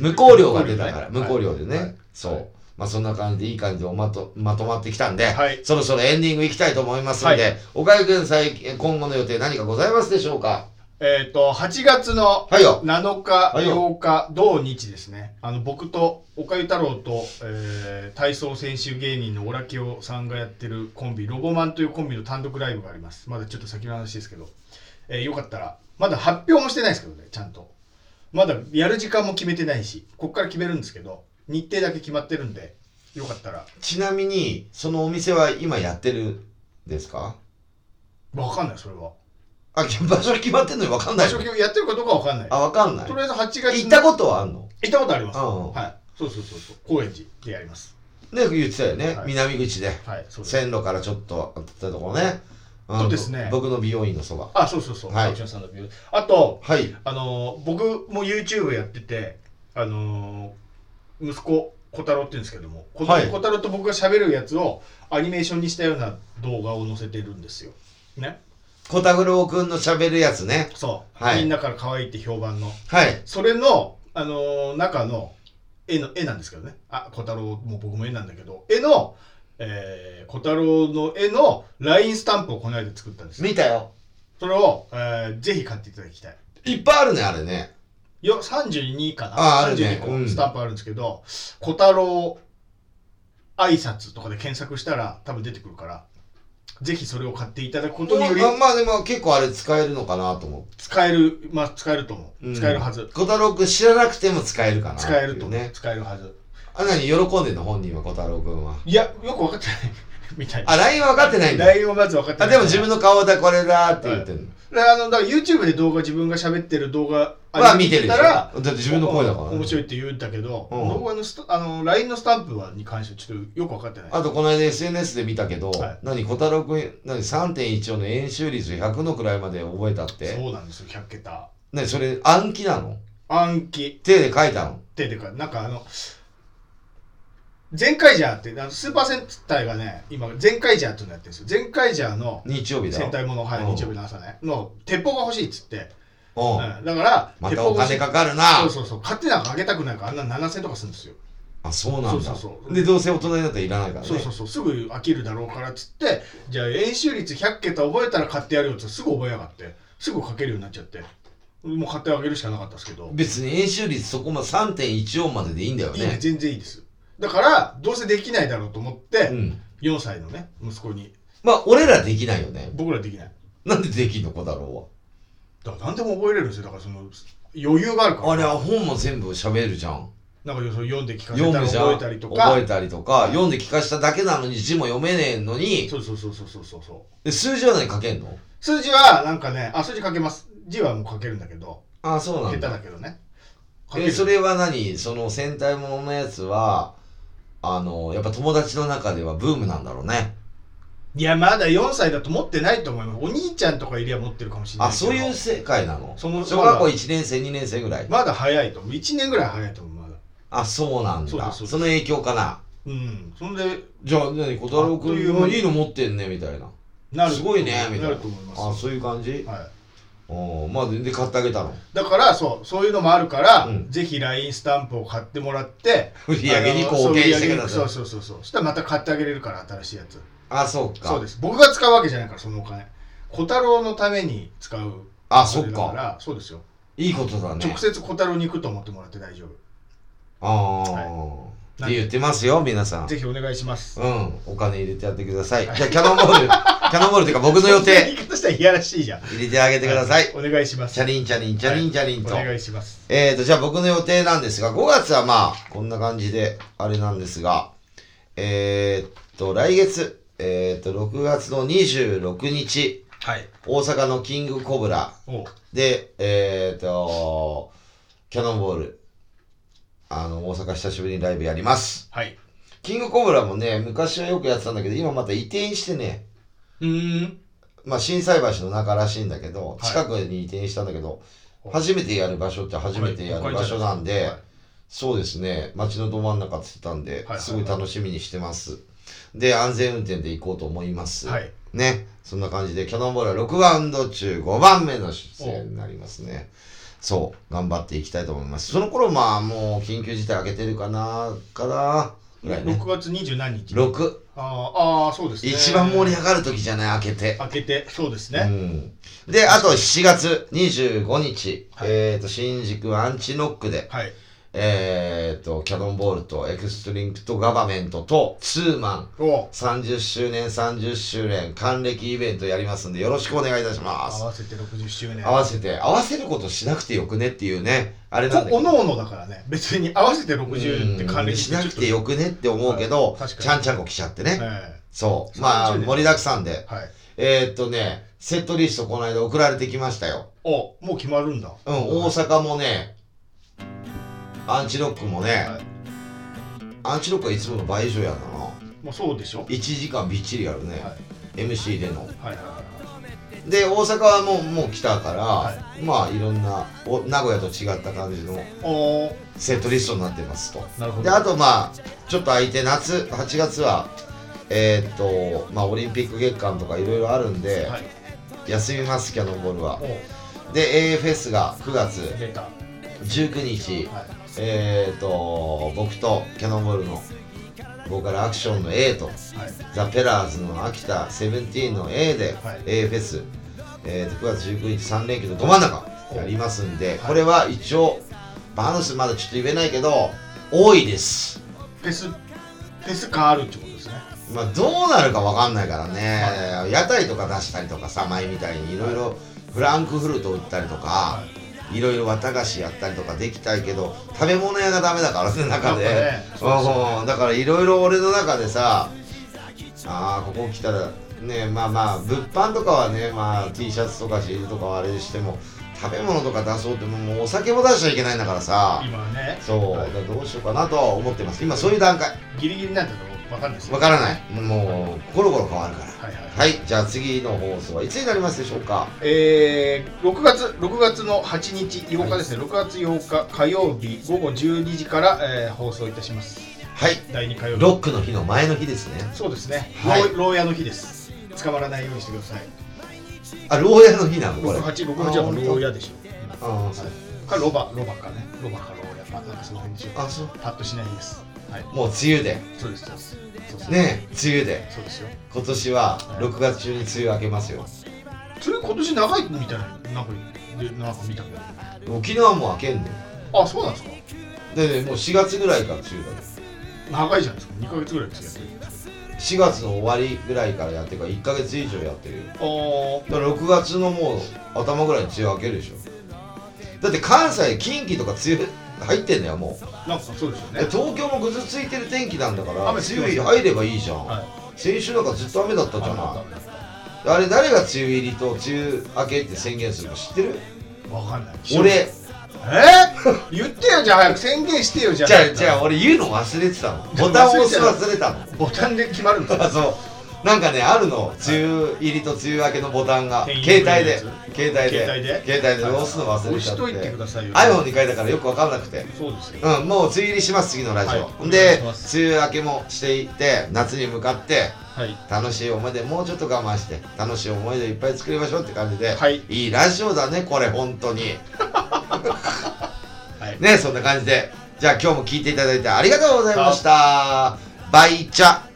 Speaker 1: 無香料が出たから、無
Speaker 2: 無
Speaker 1: 香
Speaker 2: 香
Speaker 1: 料
Speaker 2: 料
Speaker 1: で
Speaker 2: ね
Speaker 1: ね。
Speaker 2: はい
Speaker 1: そう。
Speaker 2: はい
Speaker 1: まあそんな感じでいい感じでおまとまとまってきたんで、
Speaker 2: はい
Speaker 1: そろそろエンディングいきたいと思いますんで、
Speaker 2: はい
Speaker 1: おかゆくん最近今後の予定何かございますでしょうか
Speaker 2: えっと、8月の
Speaker 1: はいよ
Speaker 2: 7日、
Speaker 1: はいよ
Speaker 2: 8日、同日ですね。あの、僕と、岡ゆ太郎と、えー体操選手芸人のオラキオさんがやってるコンビ、ロボマンというコンビの単独ライブがあります。まだちょっと先の話ですけど、えーよかったら、まだ発表もしてないですけどね、ちゃんと。まだやる時間も決めてないし、こっから決めるんですけど、日程だけ決まってるんで、よかったら、
Speaker 1: ちなみに、そのお店は今やってるんですか
Speaker 2: わかんない、それは。
Speaker 1: あ、場所決まってんのに分かんな
Speaker 2: 場
Speaker 1: い
Speaker 2: 所
Speaker 1: の。
Speaker 2: やってるかどうかわかんない。
Speaker 1: あ、分かんない
Speaker 2: と。りあえず8月の
Speaker 1: 行ったことはあんの
Speaker 2: 行ったことあります。
Speaker 1: うん
Speaker 2: はい。そうそうそうそう。高円寺でやります。
Speaker 1: ね、言ってたよね。
Speaker 2: はい
Speaker 1: 南口で。
Speaker 2: はい。そうです。
Speaker 1: 線路からちょっと当たったところね。うん
Speaker 2: そうですね
Speaker 1: 僕の美容院のそば。
Speaker 2: あ、そうそうそう。
Speaker 1: はい
Speaker 2: アクションさんのビュー。あと、
Speaker 1: はい。
Speaker 2: あのー僕も YouTube やってて、あのー息子、小太郎って言うんですけども、子
Speaker 1: はい
Speaker 2: 小太郎と僕が喋るやつをアニメーションにしたような動画を載せてるんですよ。ね。
Speaker 1: 小田郎くんの喋るやつね。
Speaker 2: そう。
Speaker 1: はい
Speaker 2: みんなから可愛いって評判の。
Speaker 1: はい。
Speaker 2: それの、あのー中の絵の、絵なんですけどね。あ、小太郎も僕も絵なんだけど、絵の、えー、小太郎の絵のラインスタンプをこの間作ったんですよ
Speaker 1: 見たよ
Speaker 2: それを、えー、ぜひ買っていただきたい
Speaker 1: いっぱいあるねあれね
Speaker 2: よ32かな
Speaker 1: ああるねう
Speaker 2: 32
Speaker 1: ん
Speaker 2: 個スタンプあるんですけど「小太郎挨拶とかで検索したら多分出てくるからぜひそれを買っていただくことにより
Speaker 1: まあまあでも結構あれ使えるのかなと思
Speaker 2: 使えるまあ使えると思う、
Speaker 1: う
Speaker 2: 使えるはず
Speaker 1: うん小太郎くん知らなくても使えるかな
Speaker 2: 使えると思う
Speaker 1: ね
Speaker 2: 使えるはず
Speaker 1: あ何喜んでんの本人は小太郎くんはい
Speaker 2: やよく分かってない みたいな
Speaker 1: あ LINE 分かってないんだ
Speaker 2: LINE をまず分かってな
Speaker 1: あ
Speaker 2: い
Speaker 1: でも自分の顔だこれだって言ってるの、
Speaker 2: であのだから YouTube で動画自分が喋ってる動画
Speaker 1: まあ見てるでしょ
Speaker 2: た
Speaker 1: だ
Speaker 2: ら
Speaker 1: って自分の声だから、
Speaker 2: 面白いって言うんだけど、
Speaker 1: うん
Speaker 2: 僕はあのスタあの LINE のスタンプはに関してはちょっとよく分かってない
Speaker 1: あとこの間 SNS で見たけど、
Speaker 2: はい
Speaker 1: 何小太郎くん何3.14の円周率100の位まで覚えたって
Speaker 2: そうなんですよ100桁
Speaker 1: 何それ暗記なの
Speaker 2: 暗記
Speaker 1: 手で書いたの
Speaker 2: っててかなんかあの全カイジャーってあのスーパー戦隊がね今全カイジャーっていうのやってるんですよ全カイジャーの
Speaker 1: 日曜日だ
Speaker 2: 戦隊もの、はい、
Speaker 1: うん
Speaker 2: 日曜日の朝ねの鉄砲が欲しいっつって、
Speaker 1: うん、
Speaker 2: うんだから
Speaker 1: ま
Speaker 2: 鉄
Speaker 1: た
Speaker 2: 砲
Speaker 1: お
Speaker 2: が欲
Speaker 1: 金
Speaker 2: し
Speaker 1: か
Speaker 2: い
Speaker 1: かるな
Speaker 2: そうそうそう勝手なんかあげたくないからあんな7000とかするんですよ
Speaker 1: あそうなんだ
Speaker 2: そうそうそう
Speaker 1: でどうせ大人になったらいらないからね
Speaker 2: そうそうそうすぐ飽きるだろうからっつってじゃあ演習率100桁覚えたら買ってやるよっつってすぐ覚えやがってすぐ書けるようになっちゃってもう買ってあげるしかなかったですけど、
Speaker 1: 別に円周率そこまで3.14まででいいんだよ
Speaker 2: いいね
Speaker 1: ね
Speaker 2: 全然いいですだからどうせできないだろうと思って、
Speaker 1: うん
Speaker 2: 4歳のね息子に
Speaker 1: まあ俺らできないよね
Speaker 2: 僕らできない
Speaker 1: なんでできんの小太郎
Speaker 2: だから何でも覚えれるんですよだからその余裕があるか
Speaker 1: は
Speaker 2: ら
Speaker 1: あれは本も全部喋るじゃん
Speaker 2: なんかその読んで聞かせ
Speaker 1: 読
Speaker 2: たら
Speaker 1: むじゃん
Speaker 2: 覚えたりとか
Speaker 1: 覚えたりとか読んで聞かしただけなのに字も読めねえのに
Speaker 2: そうそうそうそうそうそうそう
Speaker 1: で数字は何書けんの
Speaker 2: 数字はなんかねあ数字書けます字はもう書けるんだけど
Speaker 1: あそう
Speaker 2: 下
Speaker 1: な
Speaker 2: 手
Speaker 1: んだ
Speaker 2: だけどね書け
Speaker 1: え
Speaker 2: る
Speaker 1: それは何その戦隊もののやつはあのやっぱ友達の中ではブームなんだろうね
Speaker 2: いやまだ4歳だと持ってないと思いますお兄ちゃんとかいりゃ持ってるかもしれない
Speaker 1: あ
Speaker 2: けど
Speaker 1: そういう世界なの
Speaker 2: その
Speaker 1: 小学校1年生2年生ぐらい
Speaker 2: まだ早いと思う1年ぐらい早いと思うまだ
Speaker 1: あそうなん
Speaker 2: そう
Speaker 1: だ
Speaker 2: ですそう
Speaker 1: そ
Speaker 2: です
Speaker 1: の影響かな
Speaker 2: うんそんで
Speaker 1: じゃあ何小太郎
Speaker 2: あっという
Speaker 1: 君
Speaker 2: 間
Speaker 1: も
Speaker 2: に
Speaker 1: いいの持ってんねみたいな
Speaker 2: なる
Speaker 1: すごいねみたいな
Speaker 2: なると思います
Speaker 1: あそういう感じ
Speaker 2: はい
Speaker 1: おまあ全然買ってあげたの
Speaker 2: だからそうそういうのもあるから、
Speaker 1: うん
Speaker 2: ぜひ LINE スタンプを買ってもらって
Speaker 1: 売り上げに貢献してくださ
Speaker 2: そ
Speaker 1: いう
Speaker 2: そうそうそうそしたらまた買ってあげれるから新しいやつ
Speaker 1: あそうか
Speaker 2: そうです僕が使うわけじゃないからそのお金小太郎のために使う
Speaker 1: あそっ
Speaker 2: だか
Speaker 1: から
Speaker 2: そうですよ、
Speaker 1: いいことだね
Speaker 2: 直接小太郎に行くと思ってもらって大丈夫
Speaker 1: ああ、っ
Speaker 2: い
Speaker 1: て言ってますよ皆さん
Speaker 2: ぜひお願いします
Speaker 1: うんお金入れてやってくださいじゃあキャノンボ ールキャノンボールっていうか僕の予
Speaker 2: そんな言
Speaker 1: 定
Speaker 2: い方したらいやらしいじゃん
Speaker 1: 入れてあげてください、
Speaker 2: お願いします
Speaker 1: チャリンチャリンチャリンチャリン
Speaker 2: お
Speaker 1: と、
Speaker 2: 願いします
Speaker 1: えーと、じゃあ僕の予定なんですが、5月はまあ、こんな感じで、あれなんですが、えーと、来月、えーと、6月の26日、
Speaker 2: はい
Speaker 1: 大阪のキングコブラ
Speaker 2: おう
Speaker 1: で、えーと、キャノンボール、あの、大阪久しぶりにライブやります。
Speaker 2: はい
Speaker 1: キングコブラもね、昔はよくやってたんだけど、今また移転してね、
Speaker 2: うーん
Speaker 1: まあ、心斎橋の中らしいんだけど、
Speaker 2: い
Speaker 1: 近くに移転したんだけど、
Speaker 2: はい
Speaker 1: 初めてやる場所って初めてやる場所なんで、
Speaker 2: はい
Speaker 1: そうですね、街のど真ん中って言ってたんで
Speaker 2: は、い
Speaker 1: すごい楽しみにしてます。で、安全運転で行こうと思います。
Speaker 2: はい
Speaker 1: ね、そんな感じで、キャノンボールは6ラウンド中5番目の出演になりますね。そう、頑張っていきたいと思います。その頃、まあ、もう緊急事態開けてるかな、かな、ぐらいね
Speaker 2: 6。月二十何日
Speaker 1: 6、
Speaker 2: あーあーそうですね
Speaker 1: 一番盛り上がる時じゃない、開けて。
Speaker 2: 開けてそうですね、
Speaker 1: うん、で、あと7月25日、
Speaker 2: はい
Speaker 1: えっ、と、新宿アンチノックで、
Speaker 2: はい
Speaker 1: えっ、と、キャノンボールとエクストリンクとガバメントとツーマン
Speaker 2: お
Speaker 1: 30周年30周年還暦イベントやりますんでよろしくお願いいたします
Speaker 2: 合。わせて60周年
Speaker 1: 合わせて、合わせることしなくてよくねっていうね、あれなんだけど
Speaker 2: おのおのだからね別に合わせて
Speaker 1: うん
Speaker 2: 60って管理
Speaker 1: しなくてよくねって思うけど、
Speaker 2: はい確かに
Speaker 1: ちゃんちゃんこ来ちゃってね。
Speaker 2: え
Speaker 1: そう。まあ、
Speaker 2: 30年
Speaker 1: 盛りだくさんで
Speaker 2: え。はい
Speaker 1: えっ、とね、セットリストこの間送られてきましたよ。
Speaker 2: おもう決まるんだ
Speaker 1: うん、大阪もね、アンチロックもね、
Speaker 2: はい
Speaker 1: アンチロックはいつもの倍以上やんだな。
Speaker 2: もうそうでしょ
Speaker 1: 1時間びっちりやるね、
Speaker 2: は
Speaker 1: MC での。
Speaker 2: はいはいは
Speaker 1: で、大阪はもうもう来たから、
Speaker 2: は
Speaker 1: まあいろんなお名古屋と違った感じの
Speaker 2: いおー
Speaker 1: セットリストになってますと。
Speaker 2: なるほ
Speaker 1: で、
Speaker 2: ど
Speaker 1: あとまあ、ちょっと空いて夏、8月は、えーっと、まあオリンピック月間とかいろいろあるんで、
Speaker 2: はい
Speaker 1: 休みます、キャノンボールは
Speaker 2: お。
Speaker 1: で、AFS が9月
Speaker 2: 出たは
Speaker 1: 19日、
Speaker 2: い
Speaker 1: えー、と僕とキャノンボールのボーカルアクションの A と、
Speaker 2: はい
Speaker 1: ザ・ペラーズの秋田セブンティーンの A で、
Speaker 2: はい
Speaker 1: A フェス、えーと9月19日3連休のど真ん中やりますんで、これは一応バーの数まだちょっと言えないけど多いです
Speaker 2: フェスフェス感あるってことですね
Speaker 1: まあどうなるかわかんないからね、屋台とか出したりとかさ前みたいにいろいろフランクフルト売ったりとか、いろいろ綿菓子やったりとかできたいけど食べ物屋がダメだからね中で、
Speaker 2: やっぱねそうです
Speaker 1: うんだからいろいろ俺の中でさあーここ来たらねまあまあ物販とかはねまあ T シャツとか CD とかはあれしても食べ物とか出そうってもうもうお酒も出しちゃいけないんだからさ
Speaker 2: 今はね
Speaker 1: そうだ
Speaker 2: はい
Speaker 1: からどうしようかなとは思ってます今そういう段階
Speaker 2: ギリギリなんだけどわかんないです
Speaker 1: わからないもうコロコロ変わるから
Speaker 2: はいはい
Speaker 1: はいじゃあ次の放送はいつになりますでしょうか
Speaker 2: えー、6月6月の8日8日ですね、6月8日火曜日午後12時から、えー放送いたします
Speaker 1: はい
Speaker 2: 第2火曜
Speaker 1: ロ
Speaker 2: 日
Speaker 1: ックの日の前の日ですね
Speaker 2: そうですね、
Speaker 1: はい
Speaker 2: 牢牢屋の日です捕まらないようにしてください
Speaker 1: あ牢屋の日なのこれ
Speaker 2: 686はもう牢屋でしょ
Speaker 1: あーそう
Speaker 2: かロバロバかねロバか牢屋まあなんかその辺でしょ
Speaker 1: あそう
Speaker 2: パッとしない日ですはい
Speaker 1: もう梅雨で
Speaker 2: そうですそうですそうです
Speaker 1: ねえ梅雨で
Speaker 2: そうですよ
Speaker 1: 今年は6月中に梅雨明けますよ
Speaker 2: それ今年長いみたいななんかでなんか見たけ
Speaker 1: 沖縄も明けんね
Speaker 2: どあそうなんですか
Speaker 1: でもう4月ぐらいから梅雨だね
Speaker 2: 長いじゃないですか2ヶ月ぐらいですよ
Speaker 1: 4月の終わりぐらいからやってるから1ヶ月以上やってるよ
Speaker 2: あー
Speaker 1: だから6月のもう頭ぐらいに梅雨明けるでしょだって関西近畿とか梅雨入ってんだよもう
Speaker 2: なんかそうですよね
Speaker 1: で東京もぐずついてる天気なんだから梅
Speaker 2: 雨降ってます
Speaker 1: 雨入り入ればいいじゃん、
Speaker 2: はい
Speaker 1: 先週なんかずっと雨だったじゃないあれ誰が梅雨入りと梅雨明けって宣言するか知ってる
Speaker 2: わかんない。
Speaker 1: 俺
Speaker 2: えー、 言ってよじゃあ早く宣言してよじゃあ。
Speaker 1: じゃあじゃあ俺言うの忘れて たのボタンを押す忘れたの
Speaker 2: ボタンで決まるんだ。
Speaker 1: あそうなんかねあるの梅雨入りと梅雨明けのボタンが携帯で携帯で
Speaker 2: 携帯で
Speaker 1: 携帯で押すの忘れちゃって
Speaker 2: 押しといてくださいよ。
Speaker 1: iPhone に書いたからよく分かんなくて
Speaker 2: そうですよ。
Speaker 1: うんもう梅雨入りします次のラジオ、
Speaker 2: はいお願い
Speaker 1: で
Speaker 2: します
Speaker 1: 梅雨明けもしていて夏に向かって
Speaker 2: はい。
Speaker 1: 楽しい思い出もうちょっと我慢して楽しい思い出いっぱい作りましょうって感じで、
Speaker 2: はい
Speaker 1: いいラジオだねこれ本当に
Speaker 2: はい。
Speaker 1: ねそんな感じでじゃあ今日も聞いていただいてありがとうございましたバイチャ